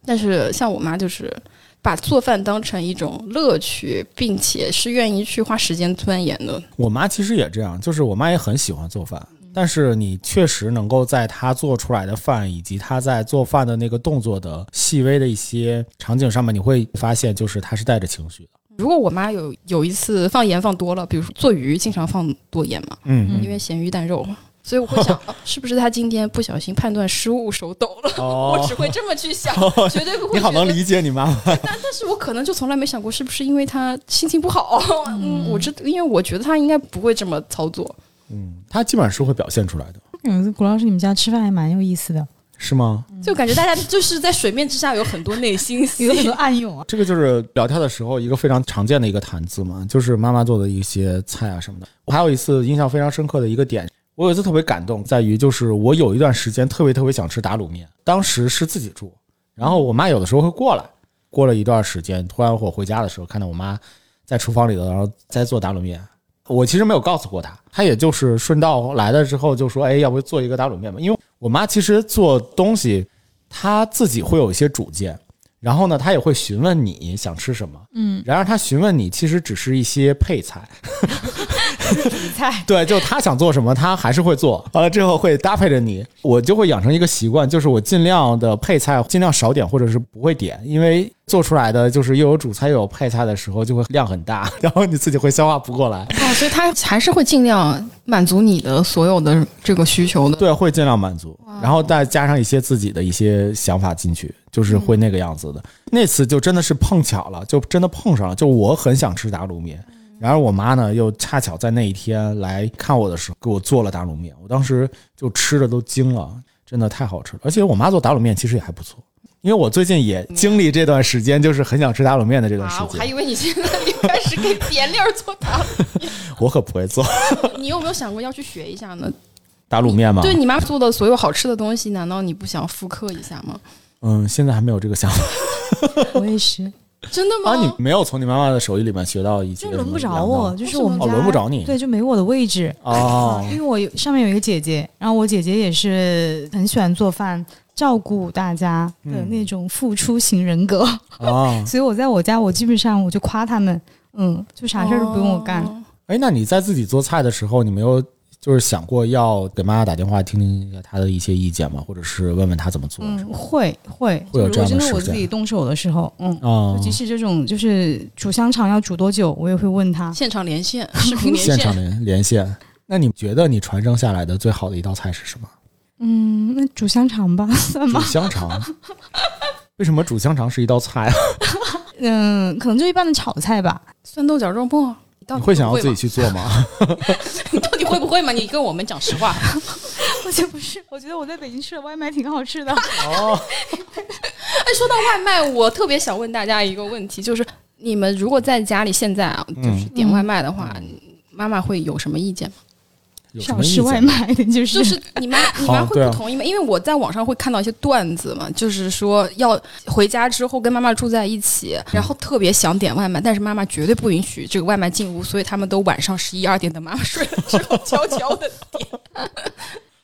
但是像我妈就是把做饭当成一种乐趣，并且是愿意去花时间钻研的。
我妈其实也这样，就是我妈也很喜欢做饭，
嗯
但是你确实能够在她做出来的饭以及她在做饭的那个动作的细微的一些场景上面，你会发现，就是她是带着情绪的。
如果我妈有有一次放盐放多了，比如说做鱼经常放多盐嘛，
嗯
因为咸鱼蛋肉嘛，所以我 会想，啊是不是她今天不小心判断失误手抖了？我
哦
只，会这么去想，绝对不会。
你好能理解你妈妈。
但是我可能就从来没想过，是不是因为他心情不好？ 嗯，我知，因为我觉得他应该不会这么操作。
嗯，她基本上是会表现出来的，
有一次，谷老师你们家吃饭还蛮有意思的，
是吗？
就感觉大家就是在水面之下有很多内心戏
有很多暗涌啊。
这个就是聊天的时候一个非常常见的一个谈资嘛，就是妈妈做的一些菜啊什么的。我还有一次印象非常深刻的一个点，我有一次特别感动，在于就是我有一段时间特别特别想吃打卤面，当时是自己住，然后我妈有的时候会过来，过了一段时间，突然我回家的时候看到我妈在厨房里头，然后在做打卤面。我其实没有告诉过她，她也就是顺道来了之后就说：“哎，要不做一个打卤面吧？”因为我妈其实做东西，她自己会有一些主见，然后呢，她也会询问你想吃什么。嗯，然而她询问你其实只是一些配菜，
菜
对，就她想做什么，她还是会做。完了之后会搭配着你，我就会养成一个习惯，就是我尽量的配菜尽量少点，或者是不会点，因为做出来的就是又有主菜又有配菜的时候，就会量很大， 然后你自己会消化不过来。
啊，所以他还是会尽量满足你的所有的这个需求的。
对，会尽量满足，然后再加上一些自己的一些想法进去，就是会那个样子的。那次就真的是碰巧了，就真的碰上了。就我很想吃打卤面，然而我妈呢又恰巧在那一天来看我的时候，给我做了打卤面。我当时就吃的都惊了，真的太好吃了。而且我妈做打卤面其实也还不错，因为我最近也经历这段时间，就是很想吃打卤面的这段时
啊，我还
间。
以为你现在又开始给别人做打卤，
我可不会 做
你有没有想过要去学一下呢？
打卤面吗？
对你妈做的所有好吃的东西，难道你不想复刻一下吗？
嗯，现在还没有这个想法
我也是，
真的吗？
啊。你没有从你妈妈的手艺里面学到一些
就
什么
轮不着
良道
我，就是我们
哦
家
轮不着你
对，就没我的位置。
哦
因为我有上面有一个姐姐，然后我姐姐也是很喜欢做饭，照顾大家的那种付出型人格，，
啊
所以我在我家，我基本上我就夸他们，嗯，就啥事儿都不用我干。
哦
哎，那你在自己做菜的时候，你没有就是想过要给妈妈打电话听听一下她的一些意见吗？或者是问问她怎么做？
嗯，会会，
会有
就
这样的
如果真的我
时间
自己动手的时候，嗯，
啊
就，即使这种就是煮香肠要煮多久，我也会问他。
现场 连线，视频连
现
线
场，连连线。那你觉得你传承下来的最好的一道菜是什么？
嗯，那煮香肠吧， 算
煮
吧。
香肠。 为什么煮香肠是一道菜啊？
嗯，可能就一般的炒菜吧。
酸豆角肉末，你到
你
底
会想
不
要自
吗
己去做吗？
你 到底会不会嘛？你跟我们讲实话。
我觉得不是，我觉得我在北京吃的外卖挺好吃的。
哦，
哎，说到 外卖，我特别想问大家一个问题，就是你们如果在家里现在啊，就是
嗯
点
嗯
外卖的话，妈妈会有什么意见吗？
有什
少
么意啊
吃外
见吗？
卖的就是，
就是你妈，你妈会
对啊
不同意吗？因为我在网上会看到一些段子嘛，就是说要回家之后跟妈妈住在一起，然后特别想点外卖，但是妈妈绝对不允许这个外卖进屋，所以他们都晚上十一二点等妈妈睡了之后，悄 悄的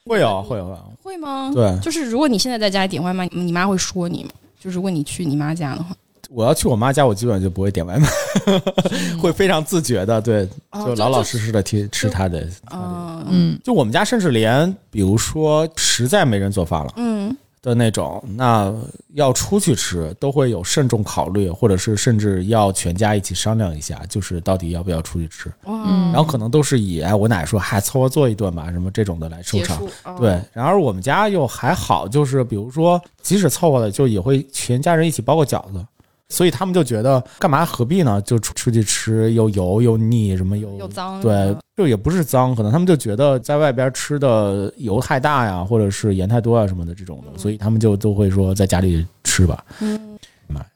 会有，会哦有，会有。
会吗？
对
就是如果你现在在家里点外卖，你妈会说你吗？就如果你去你妈家的话，
我要去我妈家，我基本上就不会点外卖， 会非常自觉的，对，
哦
就
就
老老
就
实实的吃吃她的。
嗯
嗯，
就我们家甚至连，比如说实在没人做饭了。
嗯，
的那种，那要出去吃都会有慎重考虑，或者是甚至要全家一起商量一下，就是到底要不要出去吃。
哇，
然后可能都是以哎，我奶说嗨，凑合做一顿吧，什么这种的来收
结
场。
束，哦
对，然而我们家又还好，就是比如说，即使凑合了，就也会全家人一起包个饺子，所以他们就觉得干嘛何必呢？就出出去吃又油又腻，什么又
又脏
对
嗯，
就也不是脏，可能他们就觉得在外边吃的油太大呀，或者是盐太多啊什么的这种的，所以他们就都会说在家里吃吧。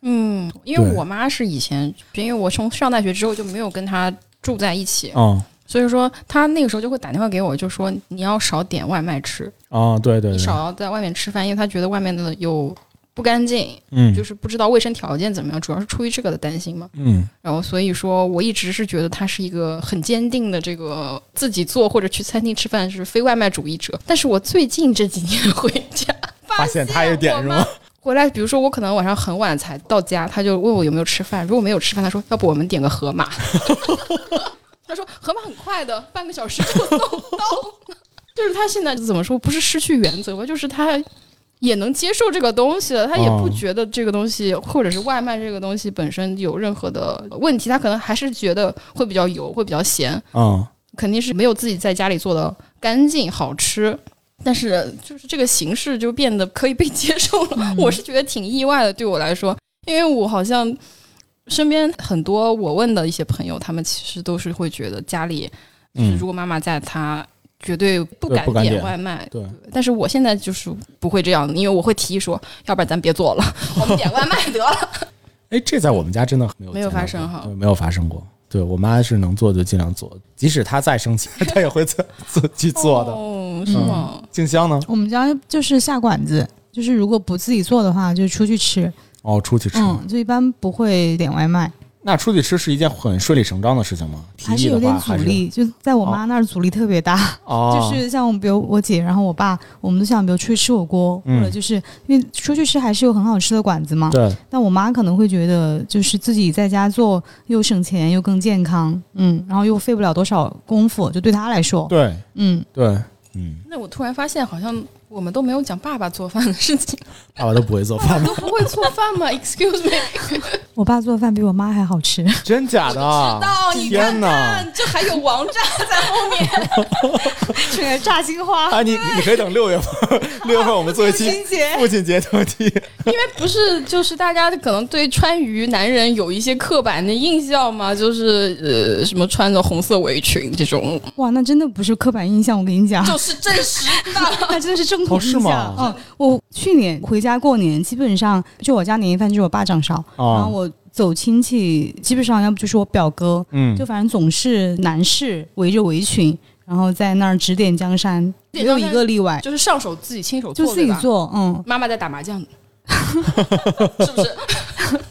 嗯，因为
对
我妈是以前，因为我从上大学之后就没有跟她住在一起，
嗯
所以说他那个时候就会打电话给我，就说你要少点外卖吃，
啊，对对
你少
对，
要在外面吃饭，因为他觉得外面的有不干净，
嗯，
就是不知道卫生条件怎么样，主要是出于这个的担心嘛。
嗯
然后所以说我一直是觉得他是一个很坚定的这个自己做或者去餐厅吃饭是非外卖主义者，但是我最近这几年回家。
发现他也点是吗？
回来，比如说我可能晚上很晚才到家，他就问我有没有吃饭。如果没有吃饭，他说要不我们点个盒马。 他说盒马很快的，半个小时就送到。 就是他现在怎么说，不是失去原则吧，就是他也能接受这个东西了，他也不
哦
觉得这个东西、或者是外卖这个东西本身有任何的问题，他可能还是觉得会比较油，会比较咸，
嗯
肯定是没有自己在家里做的干净好吃。但是就是这个形式就变得可以被接受了，
嗯
我是觉得挺意外的，对我来说，因为我好像身边很多我问的一些朋友，他们其实都是会觉得家里，就是
嗯
如果妈妈在，她绝对不
对
敢
不敢
点
点
外卖。
对，
但是我现在就是不会这样，因为我会提议说，要不然咱别做了，我们点外卖得了。
哎，这在我们家真的没有
没有
见到
发生
过
哈
对没有发生过。对我妈是能做就尽量做，即使她再生气， 她也会自自己 做的。嗯
哦，是吗？
静香呢？
我们家就是下馆子，就是如果不自己做的话，就出去吃。
哦，出去吃，
嗯，就一般不会点外卖，
那出去吃是一件很顺理成章的事情吗？提
还是
议
有
的
点
话
阻
还是
力。就在我妈那儿阻力特别大，
哦，
就是像我们比如我姐，然后我爸，我们都想比如出去吃火锅，
嗯
或者就是因为出去吃还是有很好吃的馆子嘛。
对，
但我妈可能会觉得，就是自己在家做又省钱又更健康，嗯，然后又费不了多少功夫，就对她来说，
对
嗯，
对，嗯，
那我突然发现，好像我们都没有讲爸爸做饭的事情。
爸爸都不会做饭，
都不会做饭 吗？Excuse me，
我爸做饭比我妈还好 吃，
真假的？啊
到你看
天哪！
看，这还有王炸在后 面，
这个炸心花
哎
啊，你你可以等六月份， 六月份我们做一期
节，
父亲节特辑。
因为不是就是大家可能对川渝男人有一些刻板的印象嘛，就是呃什么穿着红色围裙这种，
哇，那真的不是刻板印象，我跟你讲，
就是真实的。
那真的是正统
哦是
印
吗
象。嗯，我去年回家过年，基本上就我家年夜饭就是我爸掌勺，
啊
然
哦，
后我走亲戚，基本上要不就是我表哥，
嗯
就，反正总是男士围着围裙，然后在那儿指点江山，
指
没
点
有
江山
一个例外，
就是上手自己亲手做，
就自己
对吧。
做，嗯，
妈妈在打麻 将，是不是？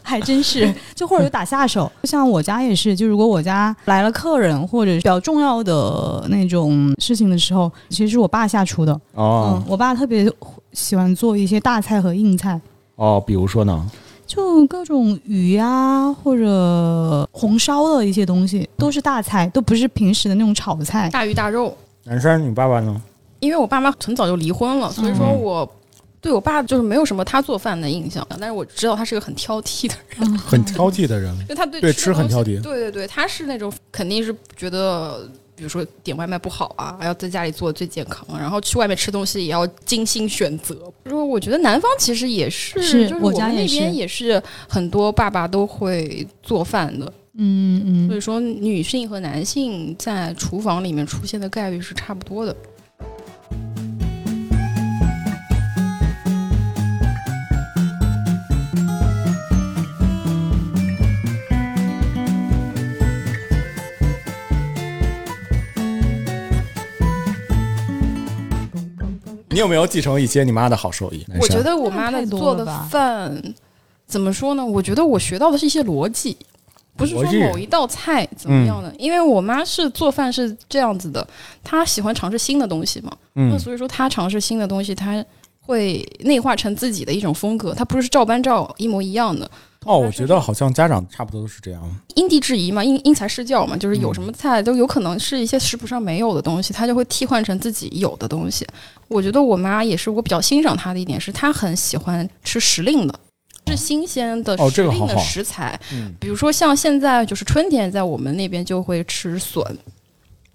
还真是，就或者有打下手，就像我家也是，就如果我家来了客人或者是比较重要的那种事情的时候，其实是我爸下厨的，嗯
哦，
我爸特别喜欢做一些大菜和硬菜。
哦，比如说呢？
就各种鱼啊，或者红烧的一些东西，都是大菜，都不是平时的那种炒菜。
大鱼大肉。
男生，你爸爸呢？
因为我爸妈很早就离婚了，所以说
嗯
我对我爸就是没有什么他做饭的印象，但是我知道他是个很挑剔的人。
嗯
很挑剔的人，
就他对
对
的
吃很
东
挑
西
剔
对对对，他是那种肯定是觉得，比如说点外卖不好啊，要在家里做最健康，然后去外面吃东西也要精心选择。如果我觉得南方其实也是，
是
就是
我家
们那
也是
边也是很多爸爸都会做饭的，
嗯嗯
所，以说女性和男性在厨房里面出现的概率是差不多的。
你有没有继承一些你妈的好手艺？男
我
生
觉得我妈
那
的
太多
做
了
的
吧
饭怎么说呢？我觉得我学到的是一些逻辑，不是
嗯
说
逻辑嗯
某一道菜怎么样的。因为我妈是做饭是这样子的，她喜欢尝试新的东西嘛。那
嗯
所以说她尝试新的东西，她会内化成自己的一种风格，她不是照搬照一模一样的，
哦，我觉得好像家长差不多都是这样。
因地制宜嘛，因因材施教嘛，就是有
嗯
什么菜都有可能是一些食谱上没有的东西，她就会替换成自己有的东西。我觉得我妈也是我比较欣赏她的一点是，她很喜欢吃时令的，是新鲜的
哦
时
这个
令
好
的
好
食材。
嗯
比如说像现在就是春天，在我们那边就会吃笋，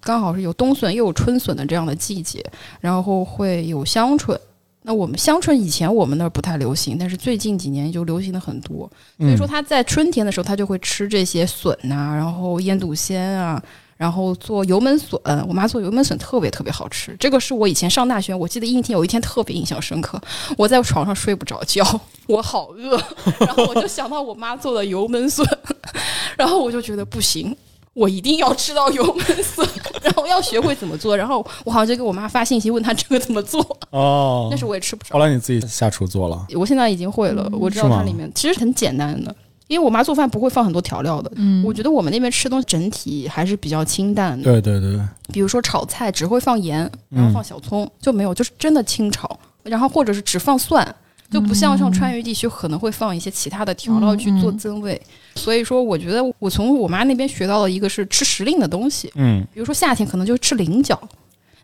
刚好是有冬笋又有春笋的这样的季节，然后会有香椿。那我们香椿以前我们那儿不太流行，但是最近几年就流行的很多。所
嗯
以说他在春天的时候，他就会吃这些笋呐、然后腌笃鲜啊，然后做油焖笋。我妈做油焖笋特别特别好吃，这个是我以前上大学，我记得一天有一天特别印象深刻，我在床上睡不着觉， 我好 饿，然后我就想到我妈做的油焖笋，然后我就觉得不行。我一定要吃到油焖色， 然后要学会怎么做。然后我好像就给我妈发信息问她这个怎么做，
哦
但是我也吃不
后
着。
来你自己下厨做了，
我现在已经会了，我知道
是吗
它里面其实很简单的，因为我妈做饭不会放很多调料的。
嗯
我觉得我们那边吃东西整体还是比较清淡的，
对嗯对对，
比如说炒菜只会放盐，然后放小葱、就没有，就是真的清炒，然后或者是只放蒜，就不像像川渝地区可能会放一些其他的调料去做增味。所以说，我觉得我从我妈那边学到的一个是吃时令的东西，
嗯，
比如说夏天可能就吃菱角，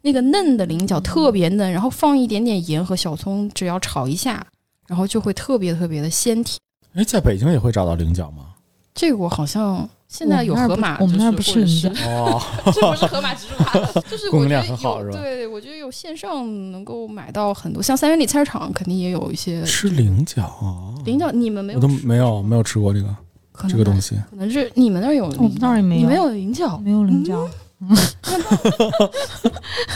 那个嫩的菱角特别嫩，然后放一点点盐和小葱，只要炒一下，然后就会特别特别的鲜甜。
哎，在北京也会找到菱角吗？
这个我好像现在有河马，
我们那儿不
就或者
我们那儿不是你
是
知道
哦，
这 不是河马植入法，就是
供
我
应
觉
量
得
很
有
好是吧
对，我觉得有线上能够买到很多，像三元里菜市场肯定也有一些
吃菱角啊，
菱角，你们没有
我都
吃
没有没有吃过这个
可能
这个东
吧，
西，
可能是你们那儿有，
我
哦
们那儿也没有
你们有嗯菱角。
没有菱角，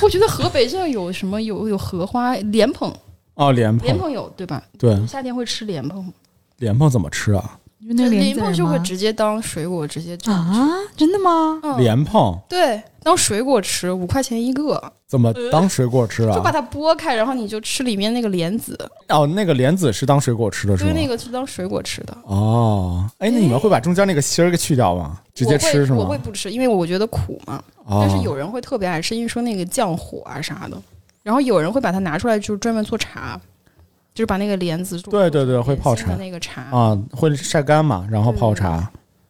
我觉得河北这儿有什么有有荷花莲蓬，
哦，莲
莲
蓬，
蓬有对吧？
对，
夏天会吃莲蓬，
莲蓬怎么吃啊？
因为那个
莲
莲子
蓬
仁
就会
吗
直接当水果直接蘸吃，
啊，真的吗？
嗯
莲蓬
对，当水果吃，五块钱一个，
怎么当水果吃
就
啊？
把它剥开，然后你就吃里面那个莲子，
哦，那个莲子是当水果吃的是
就是
吗？
那个是当水果吃的。
哦，哎，那你们会把中间那个芯儿给去掉吗？直接吃是吗？
我会？我会不吃，因为我觉得苦嘛。
哦
但是有人会特别爱吃，因为说那个降火啊啥的。然后有人会把它拿出来，就是专门做茶，就是把那个莲子做
对对对，会
做
泡
成
茶
的那个茶。
啊，会晒干嘛，然后
嗯
泡茶。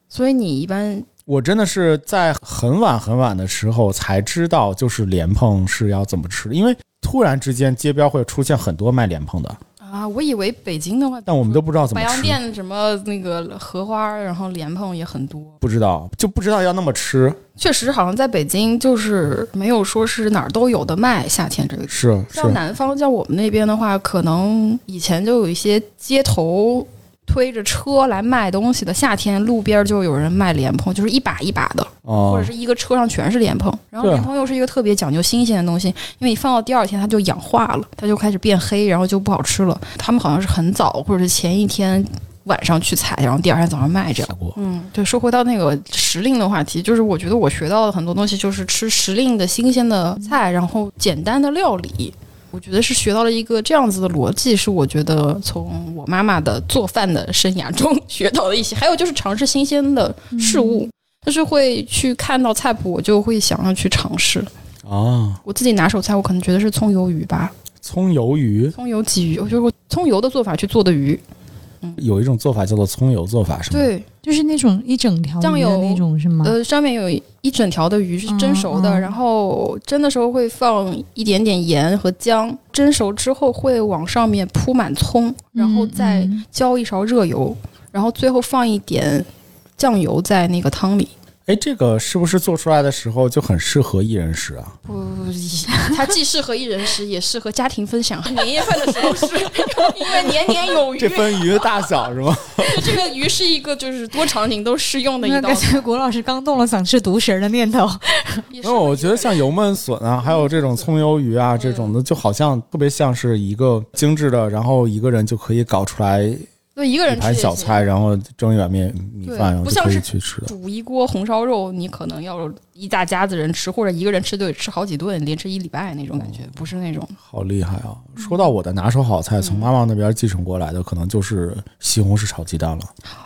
所以你一般
我真的是在很晚很晚的时候才知道，就是莲蓬是要怎么吃的，因为突然之间街边会出现很多卖莲蓬的，
啊，我以为北京的话，
但我们都不知道怎
白
么
洋
吃，
淀什么那个荷花，然后莲蓬也很多。
不知道就不知道要那么吃，
确实，好像在北京就是没有说是哪儿都有的卖。夏天这个
是是
像南方，像我们那边的话，可能以前就有一些街头推着车来卖东西的，夏天路边就有人卖莲蓬，就是一把一把的，或
哦
者是一个车上全是莲蓬。然后
对啊
莲蓬又是一个特别讲究新鲜的东西，因为你放到第二天它就氧化了，它就开始变黑，然后就不好吃了。他们好像是很早，或者是前一天。晚上去采，然后第二天早上卖，这样。
过
嗯，对。说回到那个时令的话题，就是我觉得我学到的很多东西，就是吃时令的新鲜的菜，然后简单的料理。我觉得是学到了一个这样子的逻辑，是我觉得从我妈妈的做饭的生涯中 学到的一些，还有就是尝试新鲜的事
嗯
物，就是会去看到菜谱，我就会想要去尝试。
啊，
我自己拿手菜，我可能觉得是葱油鱼吧，
葱油鱼
葱油鲫鱼，我就是葱油的做法去做的鱼，
有一种做法叫做葱油做法，是吗？
对，
就是那种一整条鱼
酱
的
油
那种是吗？
呃，上面有一整条的鱼是蒸熟的，
嗯嗯
然后蒸的时候会放一点点盐和姜，蒸熟之后会往上面铺满葱，然后再
嗯嗯
浇一勺热油，然后最后放一点酱油在那个汤里。
哎，这个是不是做出来的时候就很适合一人食啊？
不， 它既适合一人食，也适合家庭分享。 年夜饭的时候是因为年年有余，
这分鱼的大小 是吗？
这个鱼是一个就是多场景都适用的一
那
道
感觉郭老师刚动了想吃独食儿的念头，
也
没
适合
有，我觉得像油焖笋啊，还有这种葱油鱼啊，这种的就好像特别像是一个精致的，然后一个人就可以搞出来一
对一个人吃
盘
也
小
行
菜，然后蒸一碗面米
对
饭，然后
不
就
像
可以
是
去吃的。
煮一锅红烧肉，你可能要一大家子人吃，或者一个人吃就得吃好几顿，连吃一礼拜那种感
哦
觉，不是那种。
好厉害啊！说到我的拿手好
嗯
菜，从妈妈那边继承过来的，可能就是西红柿炒鸡蛋了。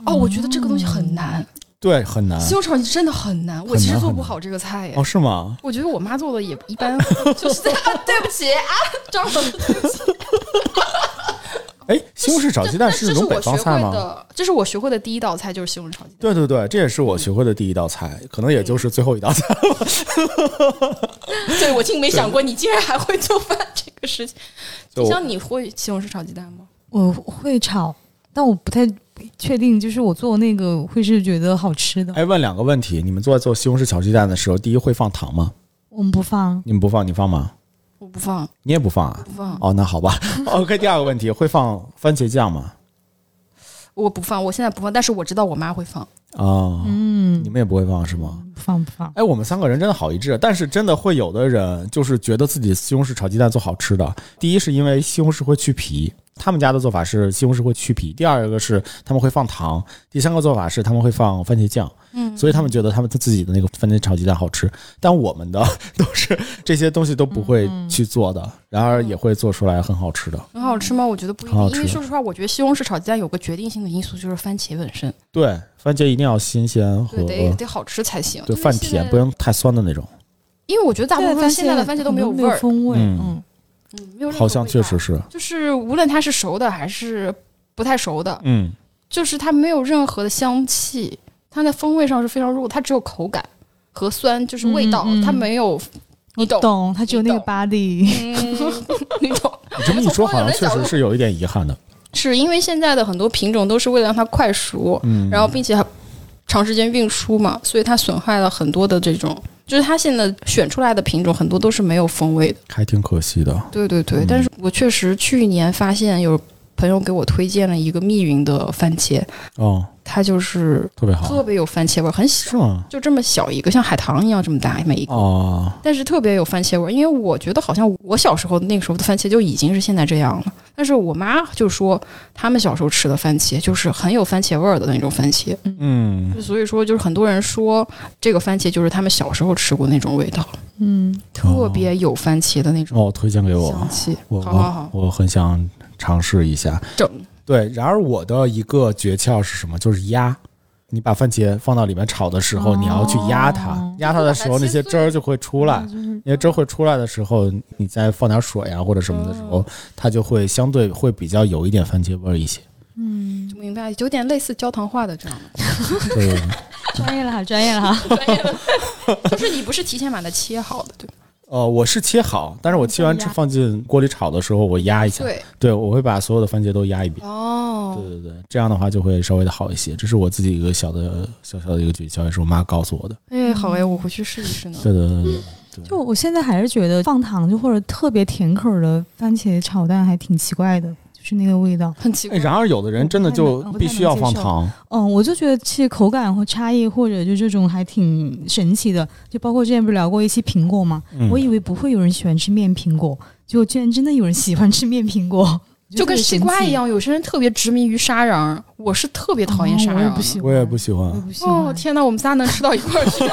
哦，我觉得这个东西很难，
对，很难
西红柿炒鸡真的很难，我
嗯很
其实
难
做
很
不
难
好这个菜耶
哦，。是吗？
我觉得我妈做的也 一般，就是在、啊、对不起啊，张总，
哎，西红柿炒鸡蛋
这
那
是
种北
我学
方菜
会
吗？
的， 这是我学会的第一道菜，就是西红柿炒鸡蛋。
对对对，这也是我学会的第一道菜，可能也就是最后一道菜。
对，我竟没想过你竟然还会做饭这个事情。
就
就像你会西红柿炒鸡蛋吗？
我会炒，但我不太确定，就是我做那个会是觉得好吃的，
哎，问两个问题：你们做做西红柿炒鸡蛋的时候，第一会放糖吗？
我们不放。
你们不放，你放吗？
我不放，
你也不放啊？
不放，
哦，那好吧。OK，第二个问题，会放番茄酱吗？
我不放，我现在不放，但是我知道我妈会放。
啊、
嗯
你，们也不会放是吗？
嗯
不放不放。
哎，我们三个人真的好一致，啊但是真的会有的人就是觉得自己西红柿炒鸡蛋做好吃的。第一是因为西红柿会去皮，他们家的做法是西红柿会去皮；第二个是他们会放糖；第三个做法是他们会放番茄酱。
嗯
所以他们觉得他们自己的那个番茄炒鸡蛋好吃，但我们的 都是这些东西都不会去做
嗯
的，然而也会做出来很好吃的。
很好吃吗？我觉得不一
嗯很好
定，因为
吃
说实话，我觉得西红柿炒鸡蛋有个决定性的因素就是番茄本身，
对，番茄一定要新鲜和
对，得得好吃才行。
哦对
因为
泛
现
甜，
在
不能太酸的那种。
因为我觉得大部分现在的番茄都没有
没
味
有
儿，
风味，
嗯
嗯，
嗯，没有任何
好像
味道
确实是，
就是无论它是熟的还是不太熟的，
嗯，
就是它没有任何的香气，它在风味上是非常弱，它只有口感和酸，就是味道，
嗯嗯嗯
它没有，你懂，
懂，它只有那个
你懂
body，
嗯， 你懂，
你这么一说，好像确实是有一点遗憾的。
是因为现在的很多品种都是为了让它快熟，
嗯，
然后并且还长时间运输嘛，所以它损害了很多的这种，就是它现在选出来的品种很多都是没有风味的。
还挺可惜的。
对对对，
嗯
但是我确实去年发现有朋友给我推荐了一个密云的番茄，
哦，
它就是
特别
特
好，
别有番茄味儿，很小，
是吗？
就这么小一个，像海棠一样这么大每一个。
哦，
但是特别有番茄味儿，因为我觉得好像我小时候那个时候的番茄就已经是现在这样了。但是我妈就说，他们小时候吃的番茄就是很有番茄味儿的那种番茄，
嗯，
所以说，就是很多人说这个番茄就是他们小时候吃过那种味道，
嗯，
特别有番茄的那种
哦，推荐给哦我，
香气。
我
好好好，
我我很想尝试一下。
整
对，然而我的一个诀窍是什么？就是压。你把番茄放到里面炒的时候，你要去压它
哦，
压它的时候，那些汁儿就会出来。那些汁儿会出来的时候，你再放点水啊呀、或者什么的时候，它就会相对会比较有一点番茄味儿一些。
嗯
就明白，有点类似焦糖化的这样的，
对，
专业了哈，专业了哈。
就是你不是提前把它切好的，对吧？
呃，我是切好，但是我切完之后放进锅里炒的时候，我压一下。
对，
对，我会把所有的番茄都压一遍。
哦，
对对对，这样的话就会稍微的好一些。这是我自己一个小的小小的一个诀窍，也是我妈告诉我的。
哎，好哎，我回去试一试呢。
对对对对，
就我现在还是觉得放糖就或者特别甜口儿的番茄炒蛋还挺奇怪的，就是那个味道。
很奇
哎
怪，
然而有的人真的就呃
我不太能
必须要放糖，
嗯，我就觉得其实口感和差异或者就这种还挺神奇的。就包括之前不是聊过一期苹果吗？
嗯
我以为不会有人喜欢吃面苹果，结果居然真的有人喜欢吃面苹果，
就跟西瓜一样，有些人特别执迷于沙瓤，我是特别
特别神奇，
讨厌
哦我
沙
也
瓤
不喜
的。
欢，
我也不喜
我也
欢。
不喜欢。
哦天哪，我们仨能吃到一块儿去，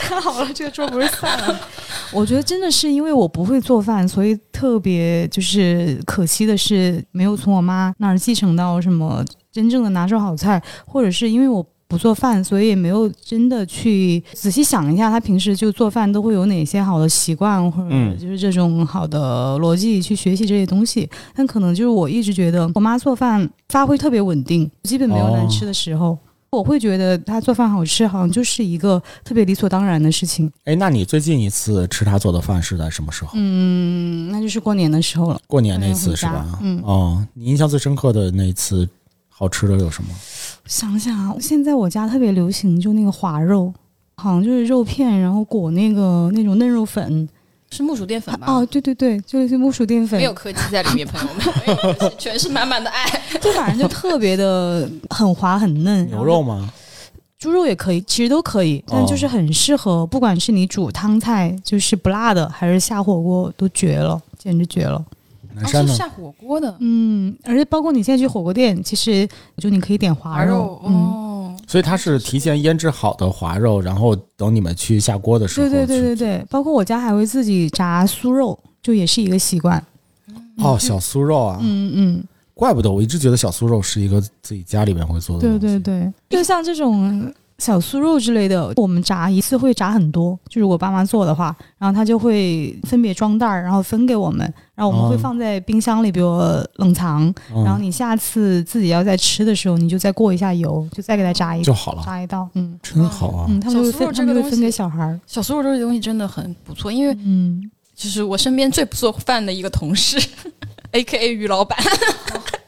看好了，这个桌不是散了。 我觉得真的是因为我不会做饭，所以特别就是可惜的是，没有从我妈那儿继承到什么真正的拿手好菜，或者是因为我。不做饭，所以也没有真的去仔细想一下，她平时就做饭都会有哪些好的习惯，或者
嗯
就是这种好的逻辑去学习这些东西。但可能就是我一直觉得我妈做饭发挥特别稳定，基本没有难
哦
吃的时候。我会觉得她做饭好吃，好像就是一个特别理所当然的事情。
哎，那你最近一次吃她做的饭是在什么时候？
嗯，那就是过年的时候了。
过年那次
嗯
是吧？
嗯
哦，你印象最深刻的那一次好吃的有什么？
想想啊，现在我家特别流行就那个滑肉，好像就是肉片，然后裹那个那种嫩肉粉。
是木薯淀粉吧？
哦，对对对，就是木薯淀粉
没，有科技在里面，朋友们， 没有科技全是满满的爱。
就反正就特别的很滑很嫩。
牛肉吗？
猪肉也可以，其实都可以，但就是很适合，不管是你煮汤菜，就是不辣的，还是下火锅，都绝了，简直绝了。
南
是
山
哦
呢？
下火锅的
嗯，而且包括你现在去火锅店，其实就你可以点滑
滑
肉，
肉，
嗯，
哦，
所以它是提前腌制好的滑肉，然后等你们去下锅的时候
对
去。
对对对对，包括我家还会自己炸酥肉，就也是一个习惯。
哦，小酥肉啊，
嗯嗯，
怪不得我一直觉得小酥肉是一个自己家里面会做的。
对对。对，就像这种。小酥肉之类的，我们炸一次会炸很多。就如果爸妈做的话，然后他就会分别装袋儿，然后分给我们，然后我们会
哦
放在冰箱里，比如冷藏，
嗯、
然后你下次自己要再吃的时候，你就再过一下油，就再给它炸一
就好了，
炸一道。嗯
真好啊！
嗯，他们就会
小酥肉
分，
这
他
个
们就会
东西
分给小孩儿。
小酥肉这个东西真的很不错，因为
嗯，
就是我身边最不做饭的一个同事，A K A 于老板。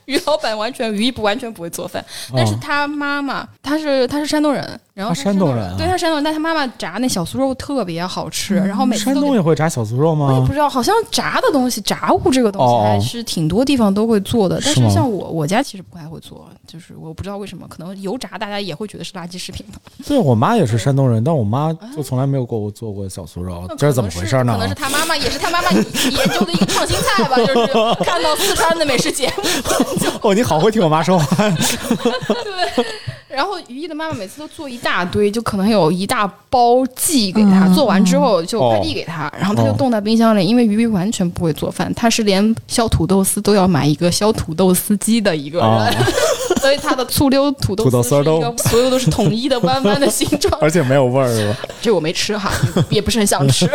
于老板完全于一不完全不会做饭，但是
哦
他妈妈，他是他是山东人，然后
啊
他
山东人啊嗯
对他是山东人，但他妈妈炸那小酥肉特别好吃，然后每次
山
都
东
给
也会炸小酥肉
我也
吗
不？知道，好像炸的东西，炸物这个东
哦
西还是挺多地方都会做的，但
是
是
吗
像我我家其实不太会做，就是我不知道为什么，可能油炸大家也会觉得是垃圾食品吧，
对我妈也是山东人，但我妈就从来没有给我做过小酥肉，这是怎么回事呢
可 能？是他妈妈，也是他妈妈研究的一个创新菜吧，就是看到四川的美食节目，
哦，你好会听我妈说话。
对，然然后于毅的妈妈每次都做一大堆，就可能有一大包寄给他，
嗯
做完之后就
哦
快递给他，然后他就
哦
冻在冰箱里，因为于毅完全不会做饭，他是连削土豆丝都要买一个削土豆丝机的一个人，
啊，
所以他的醋溜土豆
土豆
丝
丝儿
是一
都
个所有都是统一的弯弯的形状，
而且没有味儿是吧？
这我没吃哈， 也不是很想吃。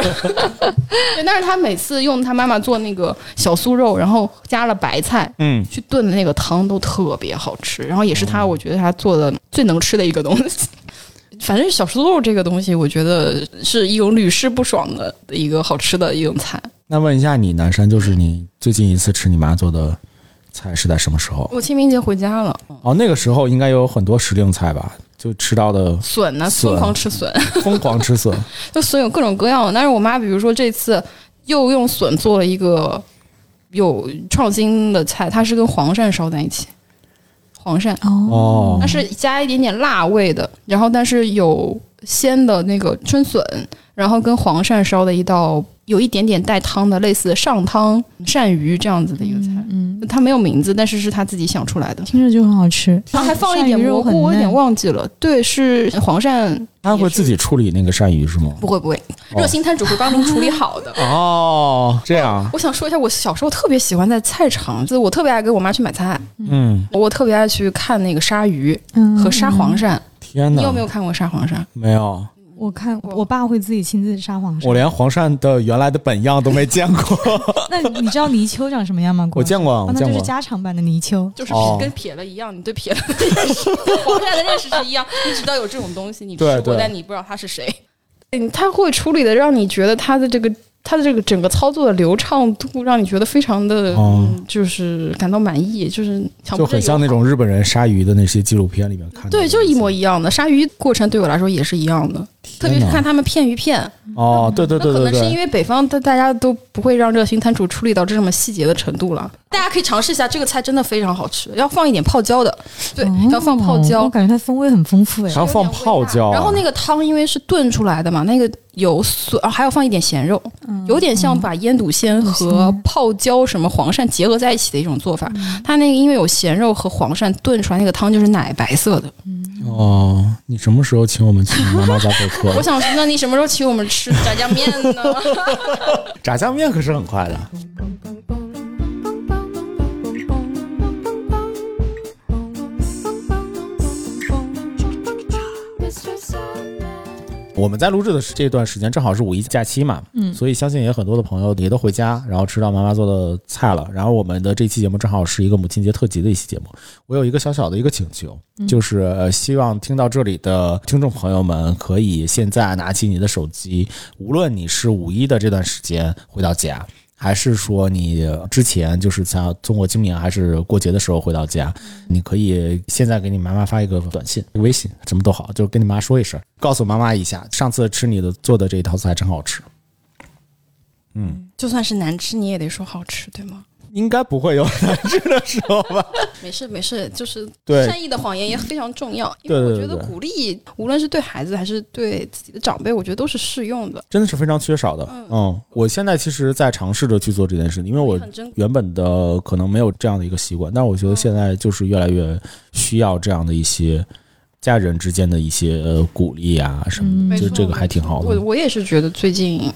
对，但是他每次用他妈妈做那个小酥肉，然后加了白菜
嗯，
去炖的那个汤都特别好吃，然后也是他我觉得他做的最能吃的一个东西。 反正小酥肉这个东西，我觉得是一种屡试不爽的一个好吃的一种菜。
那问一下你，南山，就是你最近一次吃你妈做的菜是在什么时候？
我清明节回家了，
哦，那个时候应该有很多时令菜吧？就吃到的
笋呢、
笋
疯狂吃笋，
疯狂吃 笋，
就笋有各种各样的。但是我妈比如说这次又用笋做了一个有创新的菜，它是跟黄鳝烧在一起，黄鳝。
哦
它是加一点点辣味的，然后但是有鲜的那个春笋，然后跟黄鳝烧的一道有一点点带汤的，类似上汤鳝鱼这样子的一个菜。
嗯，
它没有名字，但是是他自己想出来的。
听着就很好吃。
然后还放了一点
鳝鱼肉
蘑
很
菇，我有点
嫩
忘记了。对，是黄鳝，
她会自己处理那个鳝鱼是吗？
不会不会，
哦
热心摊主会帮您处理好的。
哦，这样，
我想说一下，我小时候特别喜欢在菜场，就我特别爱跟我妈去买菜，
嗯，
我特别爱去看那个鲨鱼
嗯
和杀黄。鳝。
天哪，
你有没有看过杀黄鳝？
没有，
嗯我看我爸会自己亲自杀黄鳝。
我连黄鳝的原来的本样都没见过，
那你知道泥鳅长什么样吗？
我见过，啊
啊
哦
我
那
见
就是
过。
加长版的泥鳅。
就是
哦
跟撇了一样，你对撇了 的认识跟黄鳝的认识是一样。你知道有这种东西，你吃
对
过，
对
但你不知道它是谁。嗯，他会处理的，让你觉得他的这个他的这个整个操作的流畅度，让你觉得非常的，
哦
嗯，就是感到满意，就是强
就
迫
很
症
像那
有
种日本人杀鱼的那些纪录片里面看的，
对，就是一模一样的。鲨鱼过程对我来说也是一样的，特别是看他们片鱼片，
哦，对对
那
对
可
对
能是因
对，
为北方的大家都不会让热心摊主处理到这么细节的程度了。大家可以尝试一下，这个菜真的非常好吃，要放一点泡椒的，对，
哦
要放泡椒
哦我。感觉它风味很丰富哎
还。要放泡椒，啊
然后那个汤因为是炖出来的嘛，那个有笋，啊还要放一点咸肉，
嗯
嗯
有点像把腌笃鲜和泡椒什么黄鳝结合在一起的一种做法。它那个因为有咸肉和黄鳝炖出来那个汤就是奶白色的。
哦，你什么时候请我们去你妈妈家做
我
客？
想说，那你什么时候请我们吃炸酱面呢？
炸酱面可是很快的。
Mr. Sandman.
我们在录制的这段时间正好是五一假期嘛，嗯，所以相信也很多的朋友也都回家，然后吃到妈妈做的菜了。然后我们的这期节目正好是一个母亲节特辑的一期节目。我有一个小小的一个请求，就是呃希望听到这里的听众朋友们可以现在拿起你的手机，无论你是五一的这段时间回到家。还是说你之前就是像通过今年还是过节的时候回到家，你可以现在给你妈妈发一个短信、微信，什么都好，就是跟你妈说一声，告诉妈妈一下，上次吃你的做的这一套菜真好吃。
就算是难吃，你也得说好吃，对吗？
应该不会有难吃的时候吧？
没事没事，就是
对
善意的谎言也非常重要，因
对
为
对
我
对
觉得
对
鼓励无论是对孩子还是对自己的长辈，我觉得都是适用的。
真的是非常缺少的。嗯，我现在其实在尝试着去做这件事情，因为我
很珍贵
原本的可能没有这样的一个习惯，但我觉得现在就是越来越需要这样的一些家人之间的一些呃鼓励啊什么的，
没
就
错
这个还挺好
我
的。
我也是觉得最近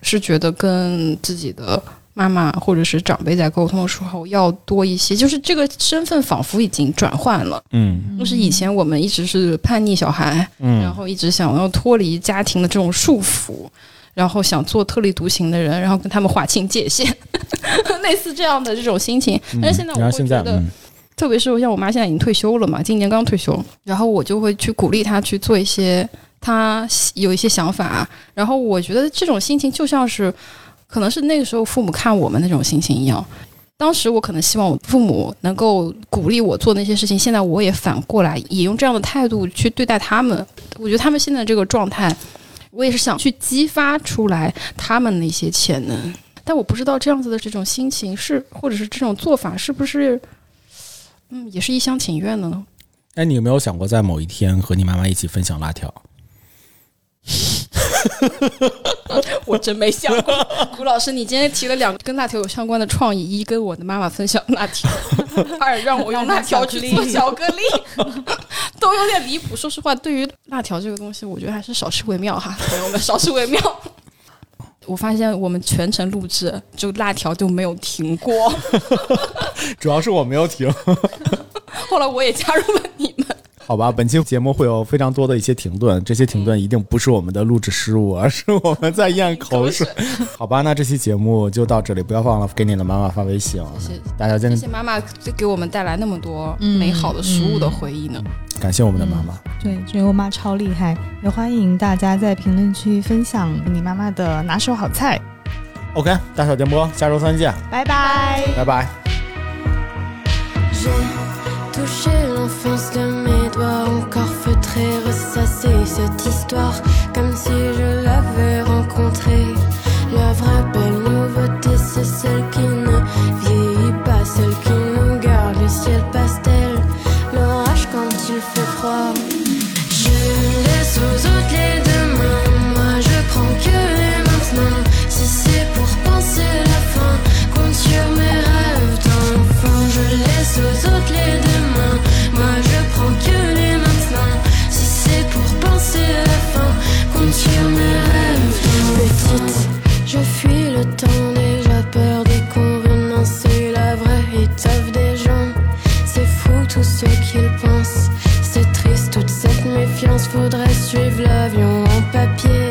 是觉得跟自己的妈妈或者是长辈在沟通的时候要多一些，就是这个身份仿佛已经转换了。
嗯
就是以前我们一直是叛逆小孩，然
嗯，
后一直想要脱离家庭的这种束缚，然后想做特立独行的人，然后跟他们划清界限， 类似这样的这种心情。但是现在我
嗯然
会
后现
觉
在
得，
嗯
特别是像我妈现在已经退休了嘛，今年刚退休，然后我就会去鼓励她去做一些她有一些想法，啊然后我觉得这种心情就像是，可能是那个时候父母看我们那种心情一样。当时我可能希望我父母能够鼓励我做那些事情，现在我也反过来也用这样的态度去对待他们。我觉得他们现在这个状态，我也是想去激发出来他们的一些潜能，但我不知道这样子的这种心情是，或者是这种做法是不是嗯，也是一厢情愿的呢。
哎，你有没有想过在某一天和你妈妈一起分享辣条？
我真没想 过，谷老师，你今天提了两个跟辣条有相关的创意：一，跟 我的妈妈分享辣条；二，让我用辣条去做巧克力。 都有点离谱。说实话，对于辣条这个东西，我觉得还是少吃为妙哈，朋友们，少吃为妙。 我发现我们全程录制，就辣条就没有停 过。
主要是我没有停。
后来我也加入了你们，
好吧，本期节目会有非常多的一些停顿，这些停顿一定不是我们的录制失误，而是我们在咽口水。 好吧，那这期节目就到这里，不要忘了给你的妈妈发微信啊！
谢谢
大家真的
谢谢妈妈给我们带来那么多美好的食物的回忆呢。
感谢我们的妈妈。
对，这个我妈超厉害，也欢迎大家在评论区分享你妈妈的拿手好菜，
OK，大小电波，下周三见，
拜拜。
拜拜。
J'ai touché l'enfance de mes doigts, encore feutré, ressasser cette histoire, comme si je l'avais rencontrée. La vraie belle nouveauté, c'est celle qui ne vieillit pas, celle qui nous garde le ciel pastel, l'orage quand il fait froid. Je laisse aux autres les deux mains, moi je prends que les maintenant. Si c'est pour penser la fin, compte sur mes rêves d'enfant. Je laisse aux autres les deux mains, moi je prends que les maintenant. Si c'est pour penser la fin, compte sur mes rêves Petite, je fuis le temps déjà, peur des convenances et la vraie étoffe des gens. C'est fou tout ce qu'ils pensent. C'est triste toute cette méfiance. Faudrait suivre l'avion en papier.